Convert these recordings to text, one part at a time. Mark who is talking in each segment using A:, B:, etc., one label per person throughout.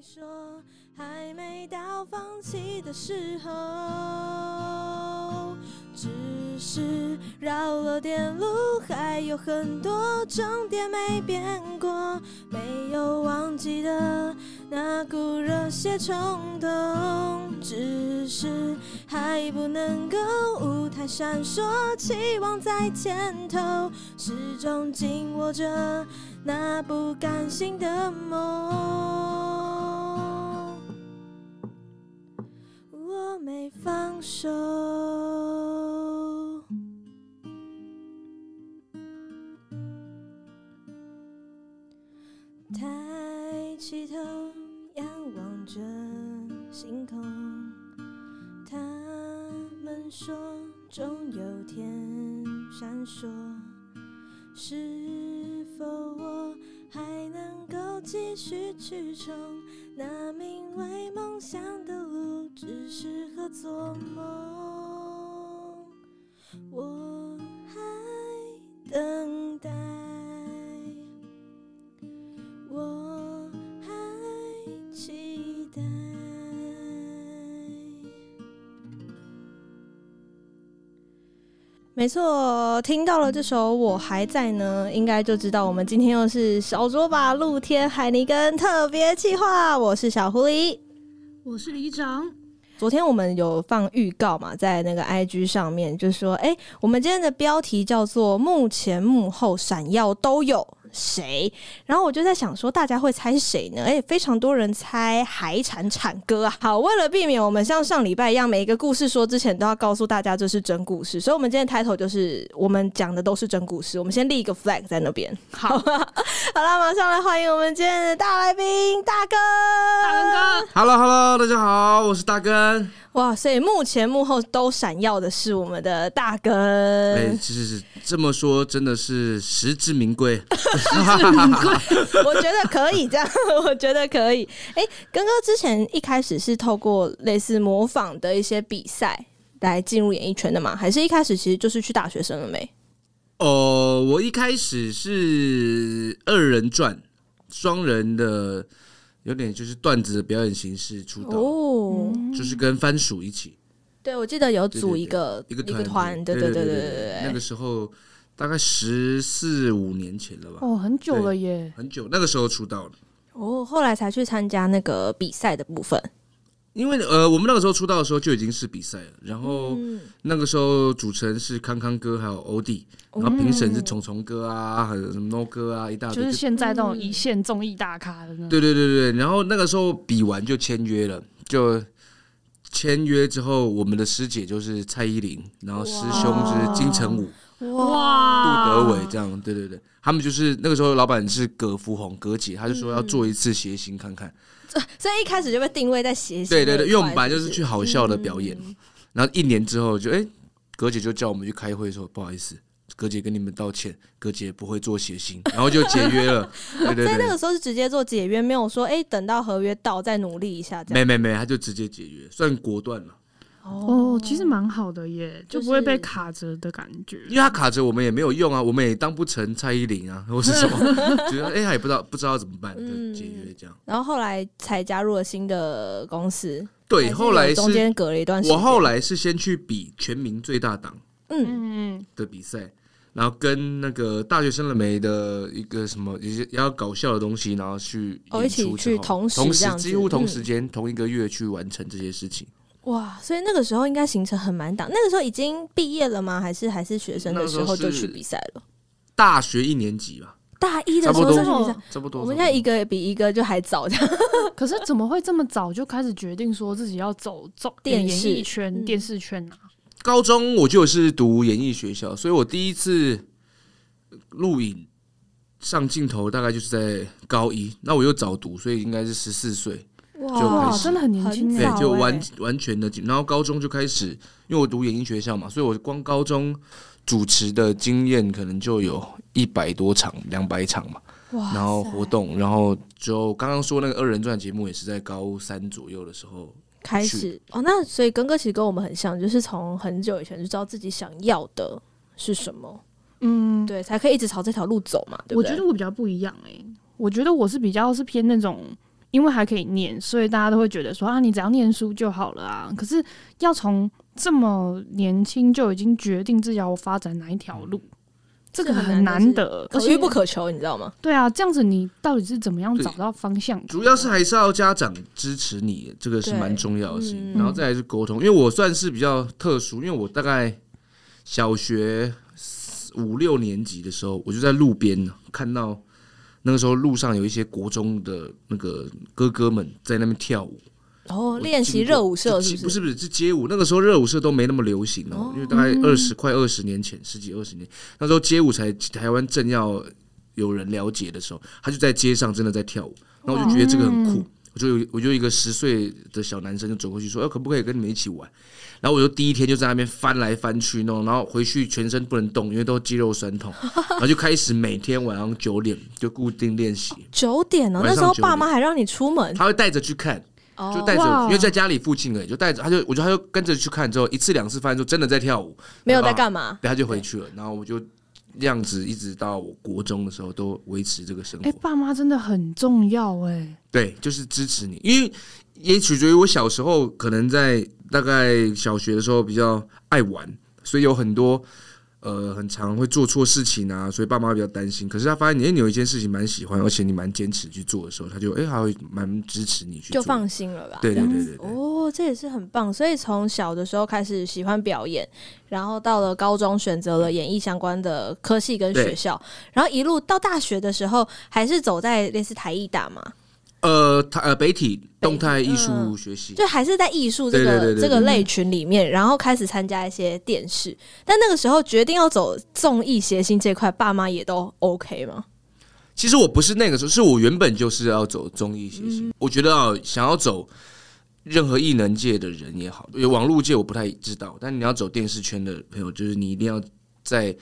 A: 说还没到放弃的时候，只是绕了点路，还有很多终点没变过，没有忘记的那股热血冲动，只是还不能够舞台闪烁，期望在前头，始终紧握着。那不甘心的梦，我没放手。抬起头，仰望着星空，他们说，终有天闪烁。是否我还能够继续去闯那名为梦想的路，只适合做梦？我还等待，我还期待。
B: 没错，听到了这首《我还在》呢，应该就知道我们今天又是小卓吧、露天、海尼根特别企划。我是小狐狸。
C: 我是李长，
B: 昨天我们有放预告嘛，在那个 IG 上面，就说，哎、我们今天的标题叫做“幕前幕后闪耀都有谁”，然后我就在想说，大家会猜谁呢？哎、非常多人猜海产产哥啊。好，为了避免我们像上礼拜一样，每一个故事说之前都要告诉大家这是真故事，所以我们今天的 title 就是我们讲的都是真故事。我们先立一个 flag 在那边。好，好啦，马上来欢迎我们今天的大来宾大哥，
C: 大根哥，
D: Hello Hello，大家好，我是大根。
B: 哇，所以幕前幕后都闪耀的是我们的大根，
D: 哎、其实是这么说，真的是实至名归。
B: 我觉得可以这样，我觉得可以。哎、根哥之前一开始是透过类似模仿的一些比赛来进入演艺圈的吗？还是一开始其实就是去大学生了没？
D: 哦，我一开始是二人转，双人的，有点就是段子的表演形式出道，
B: 哦，
D: 就是跟番薯一起
B: 对，我记得有组
D: 对对
B: 一个
D: 一个
B: 一个团，
D: 团
B: 对
D: 体，
B: 对
D: 对
B: 对
D: 对。那个时候大概十四五年前了吧，
E: 哦，很久了耶。
D: 很久，那个时候出道的。
B: 哦，后来才去参加那个比赛的部分。
D: 因为呃，我们那个时候出道的时候就已经是比赛了，然后
E: 嗯
D: 那个时候主持人是康康哥还有欧弟，
E: 哦
D: 然后评审是虫虫哥啊，还有什么 No 哥啊，一大
E: 就
D: 堆。
E: 是
D: 就
E: 现在这种一线综艺大咖的那种，
D: 对对对对对，然后那个时候比完就签约了，就签约之后，我们的师姐就是蔡依林，然后师兄是金城武、杜
C: 哇
D: 德伟这样，对对对，他们就是那个时候老板是葛福红葛姐，她就说
E: 嗯
D: 要做一次谐星看看，
B: 所以一开始就被定位在谐星那
D: 对
B: 一块。
D: 对对，因为我们本来就是是
B: 不是嗯
D: 去好笑的表演，然后一年之后就哎、葛姐就叫我们去开会说不好意思，葛姐跟你们道歉，葛姐不会做谐星，然后就解约 了。对
B: 所
D: 对
B: 以那
D: 对
B: 个，时候是直接做解约，没有说哎、诶等到合约到再努力一下这样。
D: 没没没，他就直接解约，算果断了，
C: 哦，其实蛮好的耶，就不会被卡着的感觉
D: 因。为他卡着我们也没有用啊，我们也当不成蔡依林啊，或是 什么，觉得哎、他也不知道不知道怎么办，
B: 嗯
D: 就解约这样。
B: 然后后来才加入了新的公司。还
D: 对，
B: 是
D: 后来
B: 有
D: 是
B: 中间隔了一段时间。
D: 我后来是先去比全民最大档。
B: 嗯，
E: 嗯，嗯
D: 的比赛，然后跟那个大学生了没的一个什么也是要搞笑的东西，然后去
B: 哦
D: 演
B: 一起
D: 出之
B: 去
D: 后
B: 同时
D: 同
B: 这
D: 时
B: 样子
D: 几乎同
B: 嗯
D: 时间、同一个月去完成这些事情。
B: 哇，所以那个时候应该行程很满档。那个时候已经毕业了吗？还是还是学生的时候就去比赛了？
D: 大学一年级吧，
B: 大一的时候
D: 差不
B: 就
D: 多
B: 去比赛。
D: 差不多。
B: 我们
D: 差
B: 现
D: 不
B: 在
D: 多
B: 一个比一个就还早，这样
E: 可是怎么会这么早就开始决定说自己要走走
B: 电
E: 演
B: 视
E: 艺圈、
B: 嗯
E: 电视圈啊？
D: 高中我就是读演艺学校，所以我第一次录影上镜头大概就是在高一，那我又早读，所以应该是十四岁。就开
E: 哇，
D: 始
E: 真的很年轻
B: 很
D: 对
B: 早，
E: 哎！
D: 就
B: 欸
D: 完完全的进，然后高中就开始，因为我读演艺学校嘛，所以我光高中主持的经验可能就有一百多场、两百场嘛，
B: 哇
D: 然后活动，然后就刚刚说那个二人转节目也是在高三左右的时候，
B: 开始哦。那所以根哥其实跟我们很像，就是从很久以前就知道自己想要的是什么，
C: 嗯，
B: 对，才可以一直朝这条路走嘛，对不
C: 我
B: 对？
C: 觉得我比较不一样哎，
E: 我觉得我是比较是偏那种因为还可以念，所以大家都会觉得说啊，你只要念书就好了啊。可是要从这么年轻就已经决定自己要发展哪一条路，这个
B: 嗯是很
E: 很
B: 难的
E: 难
B: 事
E: 得。
B: 可遇不可求，你知道吗？
E: 对啊，这样子你到底是怎么样
D: 对
E: 找到方向的？
D: 主要是还是要家长支持你，这个是
B: 对
D: 蛮重要的事情。
B: 嗯
D: 然后再来是沟通，因为我算是比较特殊，因为我大概小学四五六年级的时候，我就在路边看到那个时候路上有一些国中的那个哥哥们在那边跳舞，
B: 然后
D: 我
B: 练习
D: 经过
B: 热舞社
D: 就
B: 不
D: 不
B: 是？
D: 是不是是街舞，那个时候热舞社都没那么流行哦，因为大概
B: 嗯
D: 二十快二十年前，十几二十年，那时候街舞才台湾正要有人了解的时候，他就在街上真的在跳舞，然后我就觉得这个很酷
E: 嗯，
D: 我就有我就有一个十岁的小男生就走过去说，哎、可不可以跟你们一起玩？然后我就第一天就在那边翻来翻去弄，然后回去全身不能动，因为都肌肉酸痛，然后就开始每天晚上九点就固定练习，
B: 九点哦，
D: 晚
B: 那
D: 上
B: 时候
D: 九
B: 爸
D: 点
B: 妈还让你出门，
D: 他会带着去看。
B: 哦
D: 就带着
E: 哇
D: 我，因为在家里附近而已，就带着他就，我觉得他就跟着去看，之后一次两次发现说真的在跳舞，
B: 没有在干嘛？
D: 然后他就回去了，然后我就这样子一直到我国中的时候都维持这个生活。
E: 哎、爸妈真的很重要哎、
D: 对，就是支持你，因为也取决于我小时候可能在大概小学的时候比较爱玩，所以有很多呃很常会做错事情啊，所以爸妈比较担心。可是他发现你，哎、你有一件事情蛮喜欢，而且你蛮坚持去做的时候，他就哎、还会蛮支持你去
B: 就
D: 做
B: 放心了吧？
D: 对
B: 这
D: 对
B: 样
D: 对
B: 子
D: 对对对
B: 哦，这也是很棒。所以从小的时候开始喜欢表演，然后到了高中选择了演艺相关的科系跟学
D: 对
B: 校，然后一路到大学的时候，还是走在类似台艺大嘛，
D: 呃，他呃北体动态艺
B: 嗯
D: 术学习，
B: 就还是在艺术这个
D: 对对对对对
B: 这个类群里面，然后开始参加一些电视。但那个时候决定要走综艺谐星这块，爸妈也都 OK 吗？
D: 其实我不是那个时候，是我原本就是要走综艺谐星。我觉得啊，想要走任何艺能界的人也好，有网络界我不太知道，但你要走电视圈的朋友，就是你一定要在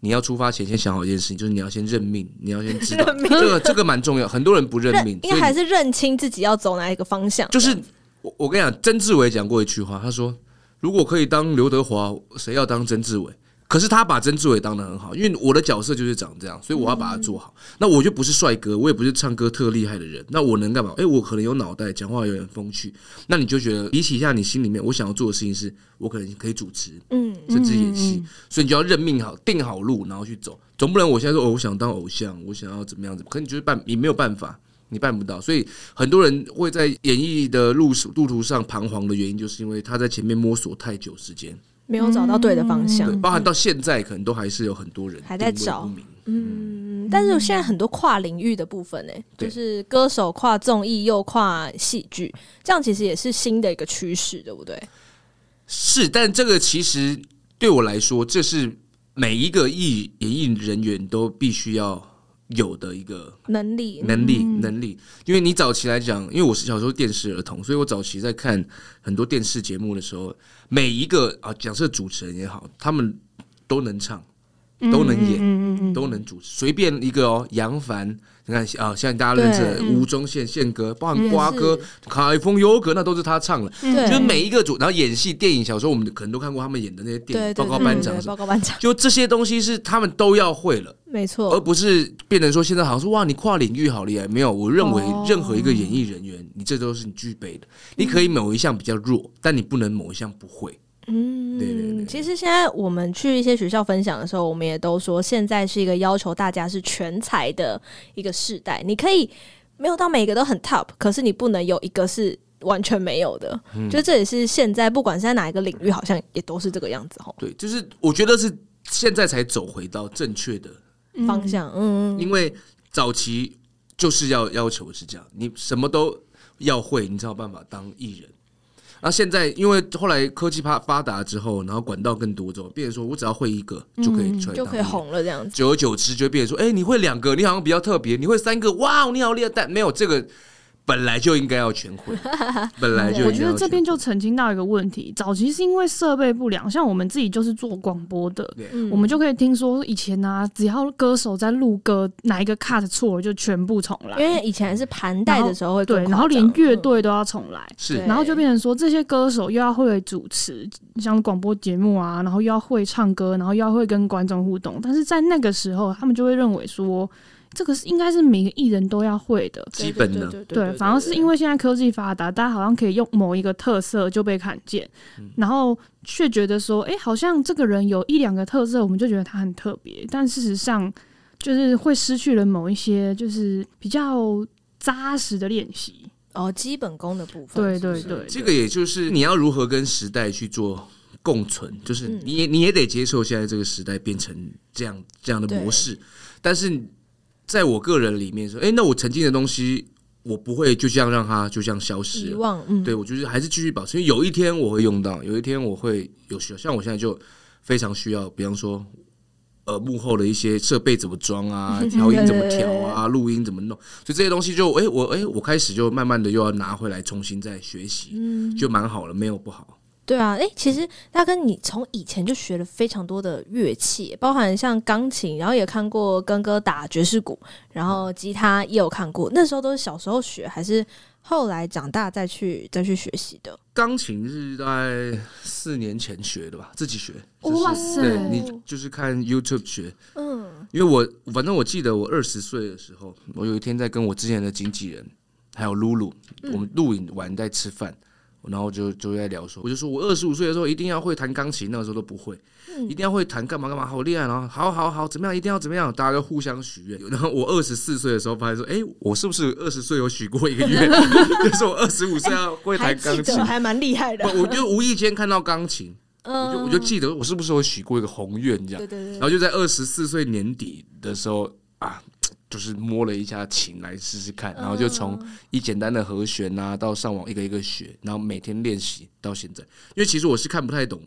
D: 你要出发前先想好一件事情，就是你要先认命，你要先知道这个这个蛮重要。很多人不认命，
B: 应
D: 所
B: 该
D: 以
B: 还是认清自己要走哪一个方向。
D: 就是我我跟你讲，曾志伟讲过一句话，他说：“如果可以当刘德华，谁要当曾志伟？”可是他把曾志伟当得很好，因为我的角色就是长这样，所以我要把它做好。那我就不是帅哥，我也不是唱歌特厉害的人，那我能干嘛？ 诶，哎我可能有脑袋，讲话有点风趣，那你就觉得比起一下你心里面，我想要做的事情是，我可能可以主持，
B: 嗯，
D: 甚至演戏，
E: 嗯嗯
D: 所以你就要认命好，定好路，然后去走。总不能我现在说、哦、我想当偶像，我想要怎么样子，可你就是办，你没有办法，你办不到。所以很多人会在演艺的路路途上彷徨的原因，就是因为他在前面摸索太久时间，
B: 没有找到对的方向
D: 对，。包含到现在，可能都还是有很多人
B: 还在
D: 定位
B: 找
D: 不明
B: 嗯，但是现在很多跨领域的部分呢、欸就
D: 对
B: 是歌手跨综艺又跨戏剧，这样其实也是新的一个趋势，对不对？
D: 是，但这个其实对我来说，这是每一个艺演艺人员都必须要有的一个
B: 能力，
D: 能力能力，因为你早期来讲，因为我是小时候电视儿童，所以我早期在看很多电视节目的时候，每一个啊，假设主持人也好，他们都能唱，都能演，
E: 嗯嗯嗯，
D: 都能主持，随便一个哦，杨凡，你看啊，像大家认识的
B: 对嗯
D: 吴宗宪宪哥，包含瓜哥、海风优格，那都是他唱的，
B: 嗯对，
D: 就是每一个主，然后演戏、电影，小时候我们可能都看过他们演的那些电
B: 对对
D: 影，报告
B: 对
D: 班
B: 对
D: 长
B: 对
D: 什么，
B: 报告班长，
D: 就这些东西是他们都要会了。
B: 没错
D: 而，不是变成说现在好像说哇，你跨领域好厉害。没有，我认为
B: 哦
D: 任何一个演艺人员，你这都是你具备的。你可以某一项比较弱，但你不能某一项不会。
B: 嗯，
D: 对对对
B: 其实现在我们去一些学校分享的时候，我们也都说，现在是一个要求大家是全才的一个世代。你可以没有到每个都很 top，可是你不能有一个是完全没有的。
D: 嗯
B: 就这也是现在不管是在哪一个领域，好像也都是这个样子吼，
D: 对，就是我觉得是现在才走回到正确的，
B: 方向。嗯，嗯
D: 因为早期就是要要求是这样，你什么都要会，你才有办法当艺人。然后现在，因为后来科技发发达之后，然后管道更多之后，变成说我只要会一个就可以出来当艺人、
B: 嗯就可以红了这样子。
D: 久而久之就会变成说，哎、你会两个，你好像比较特别；你会三个，哇，你好厉害！但没有这个，本来就应该要全会，本来就应该要
E: 我觉得这边
D: 全
E: 就
D: 会
E: 澄清到一个问题，早期是因为设备不良，像我们自己就是做广播的，
B: 嗯
E: 我们就可以听说以前啊，只要歌手在录歌，哪一个 cut 错了就全部重
B: 因
E: 来，
B: 为以前是盘带的时候会更
E: 对，然后
B: 夸张
E: 连乐
D: 嗯
E: 队都要重来。
D: 是
B: 对
E: 然后就变成说，这些歌手又要会主持，像广播节目啊，然后又要会唱歌，然后又要会跟观众互动。但是在那个时候，他们就会认为说，这个是应该是每个艺人都要会的。
D: 基本的
A: 对
E: 对，反而是因为现在科技发达，大家好像可以用某一个特色就被看见，然后却觉得说，哎、好像这个人有一两个特色，我们就觉得他很特别，但事实上就是会失去了某一些就是比较扎实的练习。
B: 哦，基本功的部分
E: 对
B: 是不
E: 对
B: 是，
E: 对，
D: 这个也就是你要如何跟时代去做共存，就是
B: 嗯
D: 你也你也得接受现在这个时代变成这样这样的模式。但是在我个人里面说，哎、那我曾经的东西，我不会就这样让它就这样消失
B: 遗
D: 了。
B: 忘，嗯，
D: 对，我就是还是继续保持，因为有一天我会用到，有一天我会有需要。像我现在就非常需要，比方说，呃，幕后的一些设备怎么装啊，调音怎么调啊，录音怎么弄，所以这些东西就，哎、我哎、我开始就慢慢的又要拿回来，重新再学习，就蛮好了，没有不好。
B: 对啊，诶，其实大哥，你从以前就学了非常多的乐器，包含像钢琴，然后也看过跟哥打爵士鼓，然
D: 嗯
B: 后吉他也有看过。那时候都是小时候学，还是后来长大再去再去学习的？
D: 钢琴是在四年前学的吧，自己学。
B: 哦
E: 哇
D: 就是
E: 塞
D: 对你就是看 YouTube 学，
B: 嗯，
D: 因为我反正我记得我二十岁的时候，我有一天在跟我之前的经纪人还有露露，
B: 嗯
D: 我们录影完在吃饭，然后就就在聊说，我就说我二十五岁的时候一定要会弹钢琴，那个时候都不会，
B: 嗯
D: 一定要会弹干嘛干嘛，好厉害，然后好好好怎么样，一定要怎么样，大家都互相许愿。 然后我二十四岁的时候发现说，哎、我是不是二十岁有许过一 个愿？就是我二十五岁要会
B: 还
D: 弹钢
B: 记
D: 琴
B: 得，。还蛮厉害的。
D: 我就无意间看到钢琴，我就我就记得我是不是有许过一个宏愿这
B: 嗯
D: 样
B: 对。对对
D: 然，后就在二十四岁年底的时候啊，就是摸了一下琴来试试看，
B: 嗯
D: 然后就从一简单的和弦啊，到上网一个一个学，然后每天练习到现在。因为其实我是看不太懂，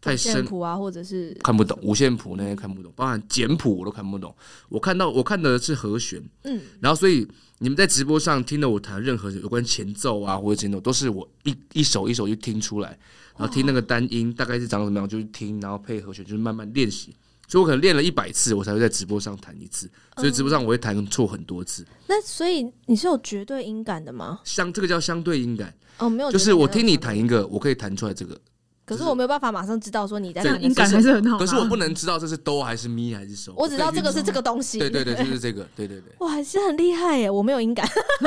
D: 太
B: 线
D: 深
B: 谱啊，或者是
D: 看不懂，五线谱那些看不懂，包含简谱我都看不懂。我看到我看的是和弦，
B: 嗯，
D: 然后所以你们在直播上听到我弹任何有关前奏啊或者前奏，都是我一一首一首就听出来，然后听那个单音大概是长什么样，就是听，然后配和弦，就是慢慢练习。所以我可能练了一百次，我才会在直播上弹一次，所以直播上我会弹错很多次。
B: 那所以你是有绝对音感的吗？
D: 相这个叫相对音感，
B: 哦，没有，
D: 就是我听你，弹一个，我可以弹出来这个，
B: 可是我没有办法马上知道说你在
D: 对
B: 哪
C: 这样
B: 个 地
C: 音
B: 方
C: 感还是
E: 啊
C: 很好。
D: 可是我不，能知道这是哆还是咪还是手。
B: 我只知道
D: 可以
B: 这
D: 去
B: 个是这个东西。
D: 对对对，就是这个，对对对。
B: 哇，还是很厉害耶！我没有音感，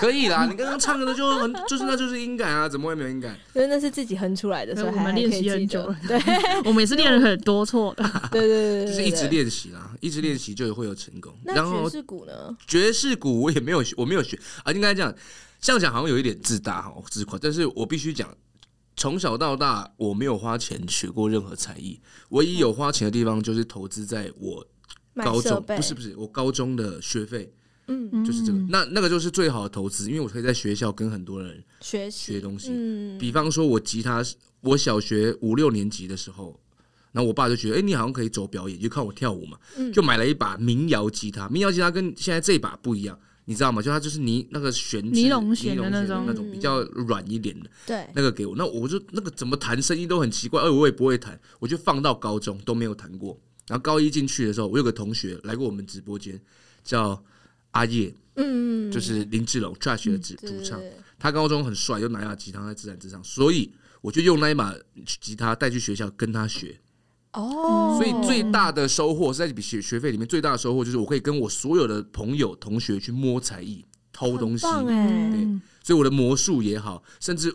D: 可以啦，你刚刚唱的就很，就是那就是音感啊，怎么会没有音感？
B: 因为那是自己哼出来的，
C: 没
B: 所
C: 有
B: 以
C: 我
B: 还
C: 们
B: 还
C: 练
B: 可以
C: 习很
B: 记
C: 久
B: 得
C: 了
B: 对
C: 我们也是练了很多错的。
B: 对对对对，
D: 就是一直
B: 对。
D: 练习啦，一直练习就会有成功。
B: 那
D: 然后
B: 爵士鼓呢？
D: 爵士鼓我也没有学，我没有学啊，应该讲，这样讲好像有一点自大哈，自夸，但是我必须讲。从小到大，我没有花钱学过任何才艺，唯一有花钱的地方就是投资在我
B: 买
D: 高
B: 设
D: 中，
B: 备
D: 不是不是，我高中的学费
B: 嗯，
E: 嗯
D: 就是这个，那那个就是最好的投资，因为我可以在学校跟很多人
B: 学习
D: 学东西
B: 嗯，
D: 比方说，我吉他是，我小学五六年级的时候，然后我爸就觉得，哎、你好像可以走表演，就看我跳舞嘛，
E: 嗯
D: 就买了一把民谣吉他。民谣吉他跟现在这一把不一样，你知道吗？就它就是泥那个弦子，
E: 尼龙弦
D: 尼
E: 的
D: 龙
E: 那
D: 弦
E: 种
D: 那种比较软一点的
B: 对，
D: 那个给我，那我就那个怎么弹声音都很奇怪，而哎我也不会弹，我就放到高中都没有弹过。然后高一进去的时候，我有个同学来过我们直播间，叫阿叶，
B: 嗯，
D: 就是林志龙 Trash 的主
B: 对
E: 嗯
D: 主唱。，
B: 对对
D: 他高中很帅，又拿一把吉他在自弹自唱，所以我就用那一把吉他带去学校跟他学。
B: 哦，
D: 所以最大的收获是在笔学学费里面最大的收获就是我可以跟我所有的朋友同学去摸才艺、偷东西，
B: 很棒哎，
D: 对，所以我的魔术也好，甚至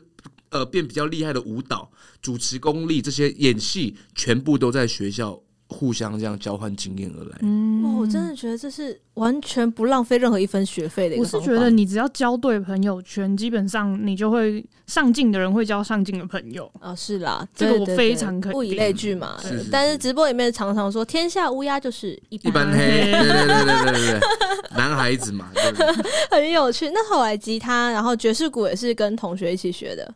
D: 呃变比较厉害的舞蹈、主持功力这些演戏，全部都在学校互相这样交换经验而来。
E: 嗯
B: 哇，我真的觉得这是完全不浪费任何一分学费的一
E: 我
B: 个
E: 是
B: 方法。
E: 觉得你只要交对朋友圈，基本上你就会上进的人会交上进的朋友。
B: 啊，是啦，
E: 这个
B: 对
E: 我
B: 对
E: 非
B: 对
E: 常肯
B: 物以
E: 定
B: 类聚嘛
D: 是是。
B: 但是
D: 是
B: 直播里面常常说“天下乌鸦就是一
D: 一般 黑，对对对对对对，男孩子嘛，对不对？
B: 很有趣。那后来吉他，然后爵士鼓也是跟同学一起学的，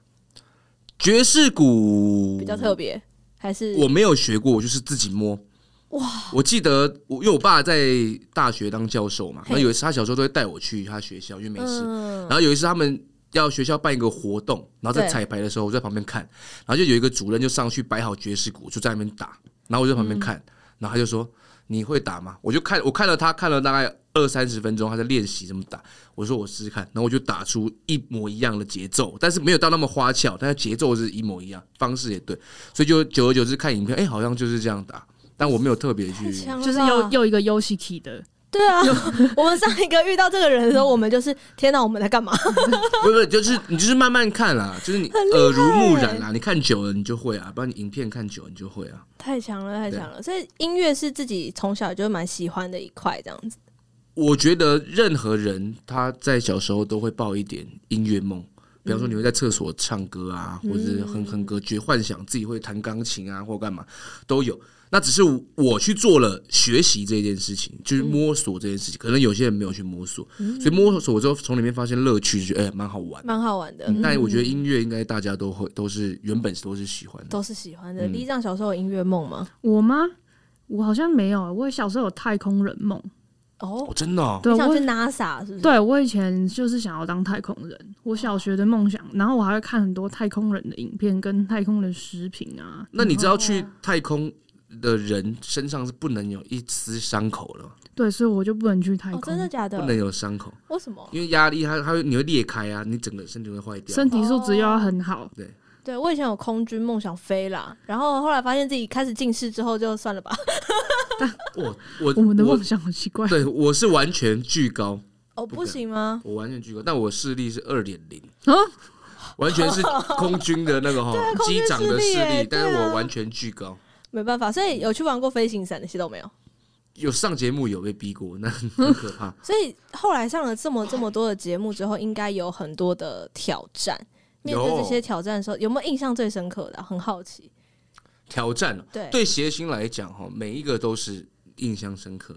D: 爵士鼓
B: 比较特别，还是
D: 嗯我没有学过，我就是自己摸。哇！我记得我因为我爸在大学当教授嘛，
B: 嘿
D: 那有一次他小时候都会带我去他学校，因为没事。
B: 嗯
D: 然后有一次他们要学校办一个活动，然后在
B: 对
D: 彩排的时候我在旁边看，然后就有一个主任就上去摆好爵士鼓，就在那边打，然后我就在旁边看，
B: 嗯
D: 然后他就说。你会打吗？我就看，我看了他看了大概二三十分钟，他在练习怎么打。我说我试试看，然后我就打出一模一样的节奏，但是没有到那么花俏，但是节奏是一模一样，方式也对，所以就久而久之看影片，哎、好像就是这样打，但我没有特别去
B: 太强了吧，哦
E: 就是又又一个 Yoshiki 的
B: 对啊，我们上一个遇到这个人的 时候，我们就是天哪，我们在干嘛？
D: 不是不是，就是你就是慢慢看啦，就是你耳濡目染啦，你看久了你就会啊，不然你影片看久了你就会啊。
B: 太强了，太强了！所以音乐是自己从小就蛮喜欢的一块，这样子。
D: 我觉得任何人他在小时候都会抱一点音乐梦，比方说你会在厕所唱歌啊，或者是哼哼歌曲，幻想自己会弹钢琴啊，或干嘛都有。那只是我去做了学习这件事情，就是摸索这件事情。可能有些人没有去摸索，所以摸索之后从里面发现乐趣，就觉得哎蛮好玩。
B: 蛮好玩的，
D: 嗯但我觉得音乐应该大家都会都是原本都是喜欢的。
B: 都是喜欢的。
D: 嗯
B: 李长小时候有音乐梦吗？
E: 我吗？我好像没有，啊我小时候有太空人梦。
B: 哦
D: 哦，，真的哦，
E: 对，
B: 你想
E: 我
B: 去 NASA
D: 嗯
B: 是不是？，
E: 对我以前就是想要当太空人，我小学的梦想。然后我还会看很多太空人的影片，跟太空人食品啊。
D: 那你知道去太空的人身上是不能有一丝伤口了，
E: 对，所以我就不能去太
B: 哦
E: 空，，
B: 真的假的
D: 不？能有伤口，
B: 为什么？
D: 因为压力它它会你会裂开啊，你整个身体会坏掉。
E: 身体素质又要很好。
B: 对我以前有空军梦想飞啦，然后后来发现自己开始近视之后，就算了吧。
D: 我我
E: 我们的梦想很奇怪，
D: 对我是完全巨高，
B: 哦，
D: 不
B: 不
D: 可以
B: 行吗？
D: 我完全巨高，但我视力是二点零
E: 啊
D: 完全是空军的那个哈
B: 空军
D: 机长的
B: 视力
D: 视
B: 耶
D: 力，但是
B: 对啊
D: 我完全巨高。
B: 没办法，所以有去玩过飞行伞那些都没有。
D: 有上节目有被逼过，那很可怕。
B: 所以后来上了这么这么多的节目之后，应该有很多的挑战。面对
D: 有
B: 这些挑战的时候，有没有印象最深刻的啊、很好奇。
D: 挑战哦
B: 对
D: 对谐星来讲哈，每一个都是印象深刻，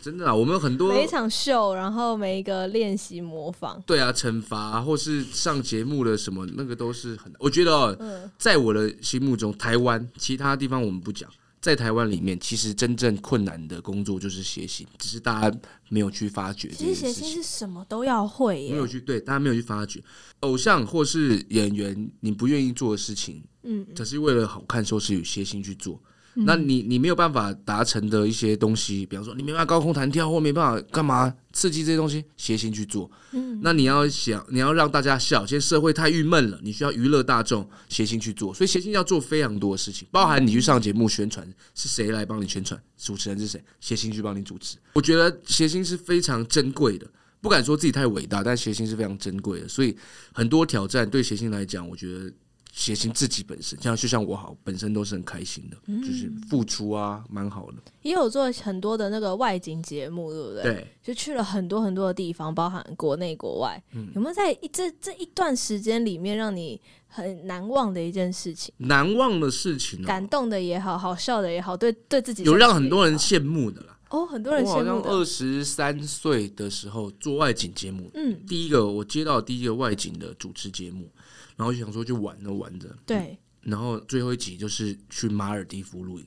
D: 真的啊，我们有很多
B: 每一场秀，然后每一个练习模仿，
D: 对啊，惩罚、啊、或是上节目的什么，那个都是很。我觉得、哦，
B: 嗯
D: 在我的心目中，台湾其他地方我们不讲，在台湾里面，其实真正困难的工作就是写信，只是大家没有去发掘这
B: 其实
D: 件
B: 写
D: 事
B: 信
D: 情
B: 是。什么都要会
D: 没有
B: 耶。
D: 去对，大家没有去发掘偶像或是演员，你不愿意做的事情，
B: 嗯，
D: 只是为了好看、收视与谐星去做。那你你没有办法达成的一些东西，比方说你没办法高空弹跳或没办法干嘛刺激这些东西，谐星去做。嗯，那你要想你要让大家笑，现在社会太郁闷了，你需要娱乐大众，谐星去做。所以谐星要做非常多的事情，包含你去上节目宣传，是谁来帮你宣传，主持人是谁，谐星去帮你主持。我觉得谐星是非常珍贵的。不敢说自己太伟大，但谐星是非常珍贵的，所以很多挑战对谐星来讲，我觉得写信自己本身，像就像我好，本身都是很开心的，
B: 嗯
D: 就是付出啊，蛮好的。
B: 也有做很多的那个外景节目，对不对？
D: 对，
B: 就去了很多很多的地方，包含国内国外。
D: 嗯
B: 有没有在一这这一段时间里面让你很难忘的一件事情？
D: 难忘的事情、哦，
B: 感动的也好，好笑的也好，对对自己
D: 有让很多人
B: 生气
D: 羡慕的啦。
B: 也好哦，很多人
D: 我好
B: 羡
D: 像
B: 慕的。
D: 二十三岁的时候做外景节目，
B: 嗯，
D: 第一个我接到第一个外景的主持节目，然后就想说就玩着玩着，
B: 对，
D: 然后最后一集就是去马尔蒂夫露营。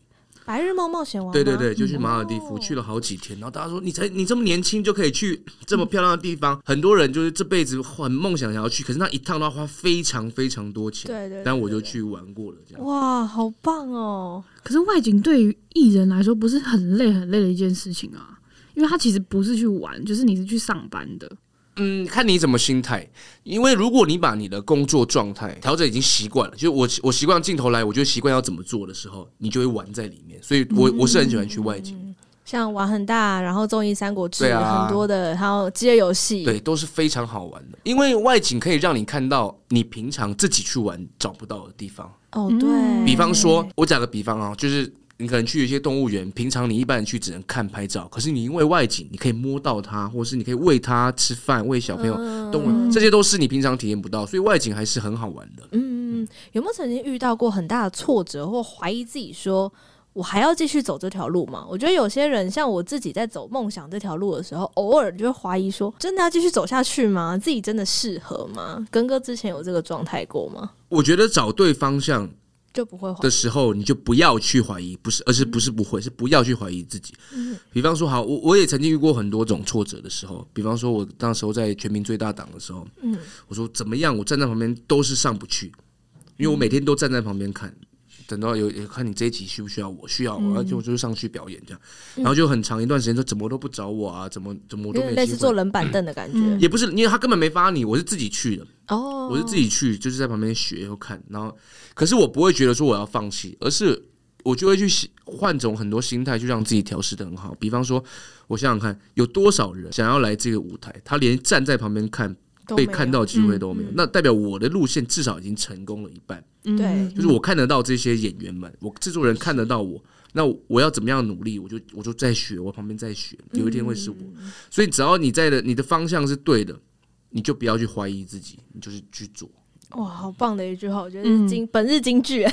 B: 《白日梦冒险王》
D: 对对
B: 吗
D: 对，就去马尔蒂夫、
B: 哦
D: 去了好几天，然后大家说你才你这么年轻就可以去这么漂亮的地方，很多人就是这辈子很梦想想要去，可是那一趟都要花非常非常多钱。
B: 对对对哦
D: 但我就去玩过了，这样。
B: 哇，好棒哦！
E: 可是外景对于艺人来说不是很累很累的一件事情啊，因为他其实不是去玩，就是你是去上班的。
D: 嗯，看你怎么心态，因为如果你把你的工作状态调整已经习惯了，就我我习惯镜头来，我就习惯要怎么做的时候，你就会玩在里面。所以我
B: 嗯
D: 我是很喜欢去外景，
B: 像玩很大，然后综艺《三国志
D: 对》啊
B: 很多的，还有饥饿游戏，
D: 对，都是非常好玩的，因为外景可以让你看到你平常自己去玩找不到的地方。
B: 哦对，
D: 比方说，我打个比方啊，就是你可能去一些动物园，平常你一般人去只能看拍照，可是你因为外景，你可以摸到它，或是你可以喂它吃饭，喂小
B: 嗯
D: 朋友动物园，这些都是你平常体验不到，所以外景还是很好玩的。
B: 嗯，嗯，有没有曾经遇到过很大的挫折，或怀疑自己说？我还要继续走这条路吗？我觉得有些人像我自己在走梦想这条路的时候，偶尔就会怀疑说：真的要继续走下去吗？自己真的适合吗？根哥之前有这个状态过吗？
D: 我觉得找对方向
B: 就不会怀
D: 的时候，你就不要去怀疑，不是，而是不是不会，是不要去怀疑自己。比方说，好，我我也曾经遇过很多种挫折的时候，比方说，我那时候在全民最大党的时候，
B: 嗯
D: 我说怎么样，我站在旁边都是上不去，因为我每天都站在旁边看。等到有有看你这一集需不需要我，需要我，而且我就上去表演这样，然后就很长一段时间说怎么都不找我啊，怎么怎么我
B: 有
D: 都没
B: 点
D: 有
B: 类
D: 机
B: 似
D: 会嗯
B: 坐冷板凳的感觉。
D: 也不是因为他根本没发你，我是自己去的，
B: 哦，
D: 我是自己去，就是在旁边学又看，然后可是我不会觉得说我要放弃，而是我就会去喜换种很多心态，就让自己调试的很好。比方说，我想想看，有多少人想要来这个舞台，他连站在旁边看被看到的机会都没有，
B: 嗯嗯
D: 那代表我的路线至少已经成功了一半。
E: 嗯
B: 对
D: 就是我看得到这些演员们，我制作人看得到我，那我要怎么样努力，我就我就在学，我旁边在学，有一天会是我。所以只要你在的，你的方向是对的，你就不要去怀疑自己，你就是去做。
B: 哇，好棒的一句话，我觉得
E: 嗯
B: 是金、本日金句。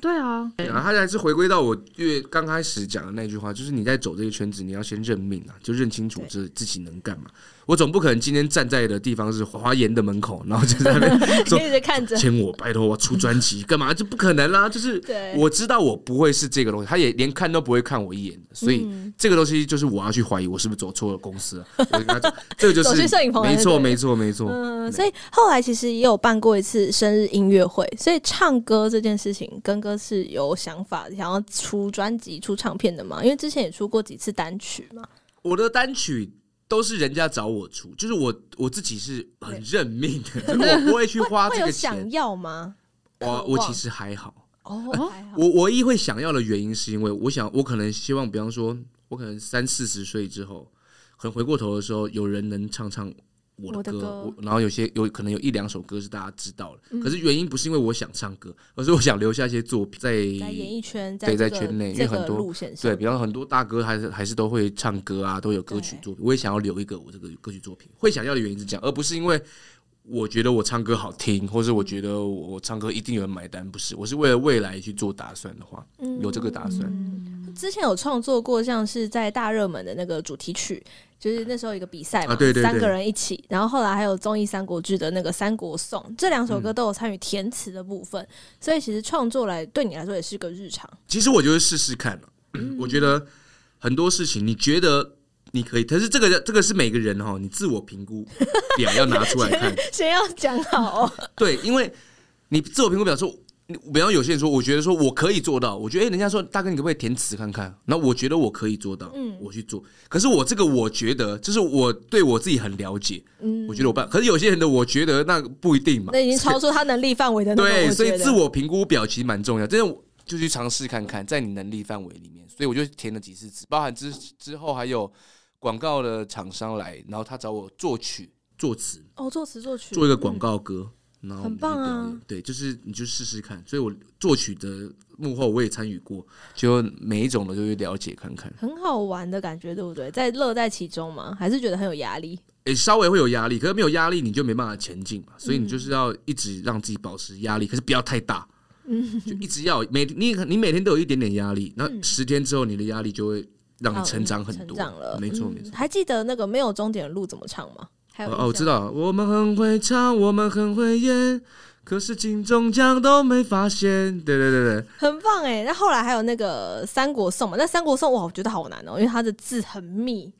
E: 对啊，
D: 然后他还是回归到我越刚开始讲的那句话，就是你在走这个圈子，你要先认命啊，就认清楚自自己能干嘛。我总不可能今天站在的地方是华研的门口，然后就在 那边 说
B: 一直看着，
D: 签我，拜托我出专辑干嘛？这不可能啦、就是
B: 对
D: 我知道我不会是这个东西，他也连看都不会看我一眼的，所以
B: 嗯
D: 这个东西就是我要去怀疑我是不是走错了公司了。我就跟他讲，这 个就
B: 走
D: 是
B: 去摄影棚
D: 没
B: 还是
D: 错，
B: 对的
D: 没错，没错。
B: 嗯，
D: 对
B: 所以后来其实也有办过一次生日音乐会，所以唱歌这件事情，根哥是有想法想要出专辑、出唱片的嘛？因为之前也出过几次单曲嘛。
D: 我的单曲都是人家找我出，就是我我自己是很认命的，就是我不会去花
B: 会
D: 这
B: 有
D: 个
B: 想
D: 钱。
B: 要吗？
D: 我我其实还好，
B: 哦，还好
D: 我唯一会想要的原因是因为我想，我可能希望，比方说，我可能三四十岁之后，可能回过头的时候，有人能唱唱。我
B: 我
D: 的
B: 的
D: 歌，
B: 歌嗯
D: 然后有些有可能有一两首歌是大家知道的，可是原因不是因为我想唱歌，而是我想留下一些作品在
B: 在演艺圈，
D: 对
B: 这
D: 在
B: 个
D: 圈内因为
B: 这个
D: 很多
B: 路线上，
D: 对，比方说很多大哥还是还是都会唱歌啊，都有歌曲
B: 对
D: 作品。我也想要留一个我这个歌曲作品，会想要的原因是这样，而不是因为我觉得我唱歌好听，或是我觉得我唱歌一定有人买单，不是，我是为了未来去做打算的话，
B: 嗯
D: 有这个打算。
B: 之前有创作过，像是在大热门的那个主题曲，就是那时候有一个比赛嘛，
D: 啊对对对
B: 三个人一起，然后后来还有综艺《三国志》的那个《三国颂》，这两
D: 嗯
B: 首歌都有参与填词的部分，所以其实创作来对你来说也是个日常。
D: 其实我觉得试试看了、我觉得很多事情你觉得你可以，但是这个这个是每个人哈、哦，你自我评估表要拿出来看，
B: 先要讲好、 哦，
D: 对，因为你自我评估表说，你比方有些人说，我觉得说我可以做到，我觉得哎、诶人家说大哥你可不可以填词看看？那我觉得我可以做到，
B: 嗯
D: 我去做。可是我这个我觉得，就是我对我自己很了解，
B: 嗯
D: 我觉得我办。可是有些人的我觉得那不一定嘛，
B: 那已经超出他能力范围的那种。
D: 对，
B: 我
D: 所
B: 觉
D: 以
B: 得
D: 自我评估表其实蛮重要，真的我就去尝试看看，在你能力范围里面。所以我就填了几次词，包含之之后还有广告的厂商来，然后他找我作曲作词，
B: 哦，作词作曲
D: 做一个广告歌，然后我
B: 很
D: 们去
B: 棒啊
D: 表演对，就是你就试试看。所以我作曲的幕后我也参与过，就每一种的都去了解看看。
B: 很好玩的感觉，对不对？在乐在其中嘛，还是觉得很有压力。
D: 诶、稍微会有压力，可是没有压力你就没办法前进嘛。所以你就是要一直让自己保持压力，可是不要太大。嗯，就一直要每你你每天都有一点点压力，那十天之后你的压力就会让你嗯成长很
B: 嗯哦成
D: 多。
B: 长了，
D: 没错
B: 嗯
D: 没错。
B: 还记得那个没有终点的路怎么唱吗？还有印
D: 哦
B: 象
D: 哦，我知。道，我们很会唱，我们很会演，可是金钟奖都没发现。对对对对。
B: 很棒哎、那后来还有那个《三国颂》嘛，那《三国颂》哇，我觉得好难哦、因为它的字很密。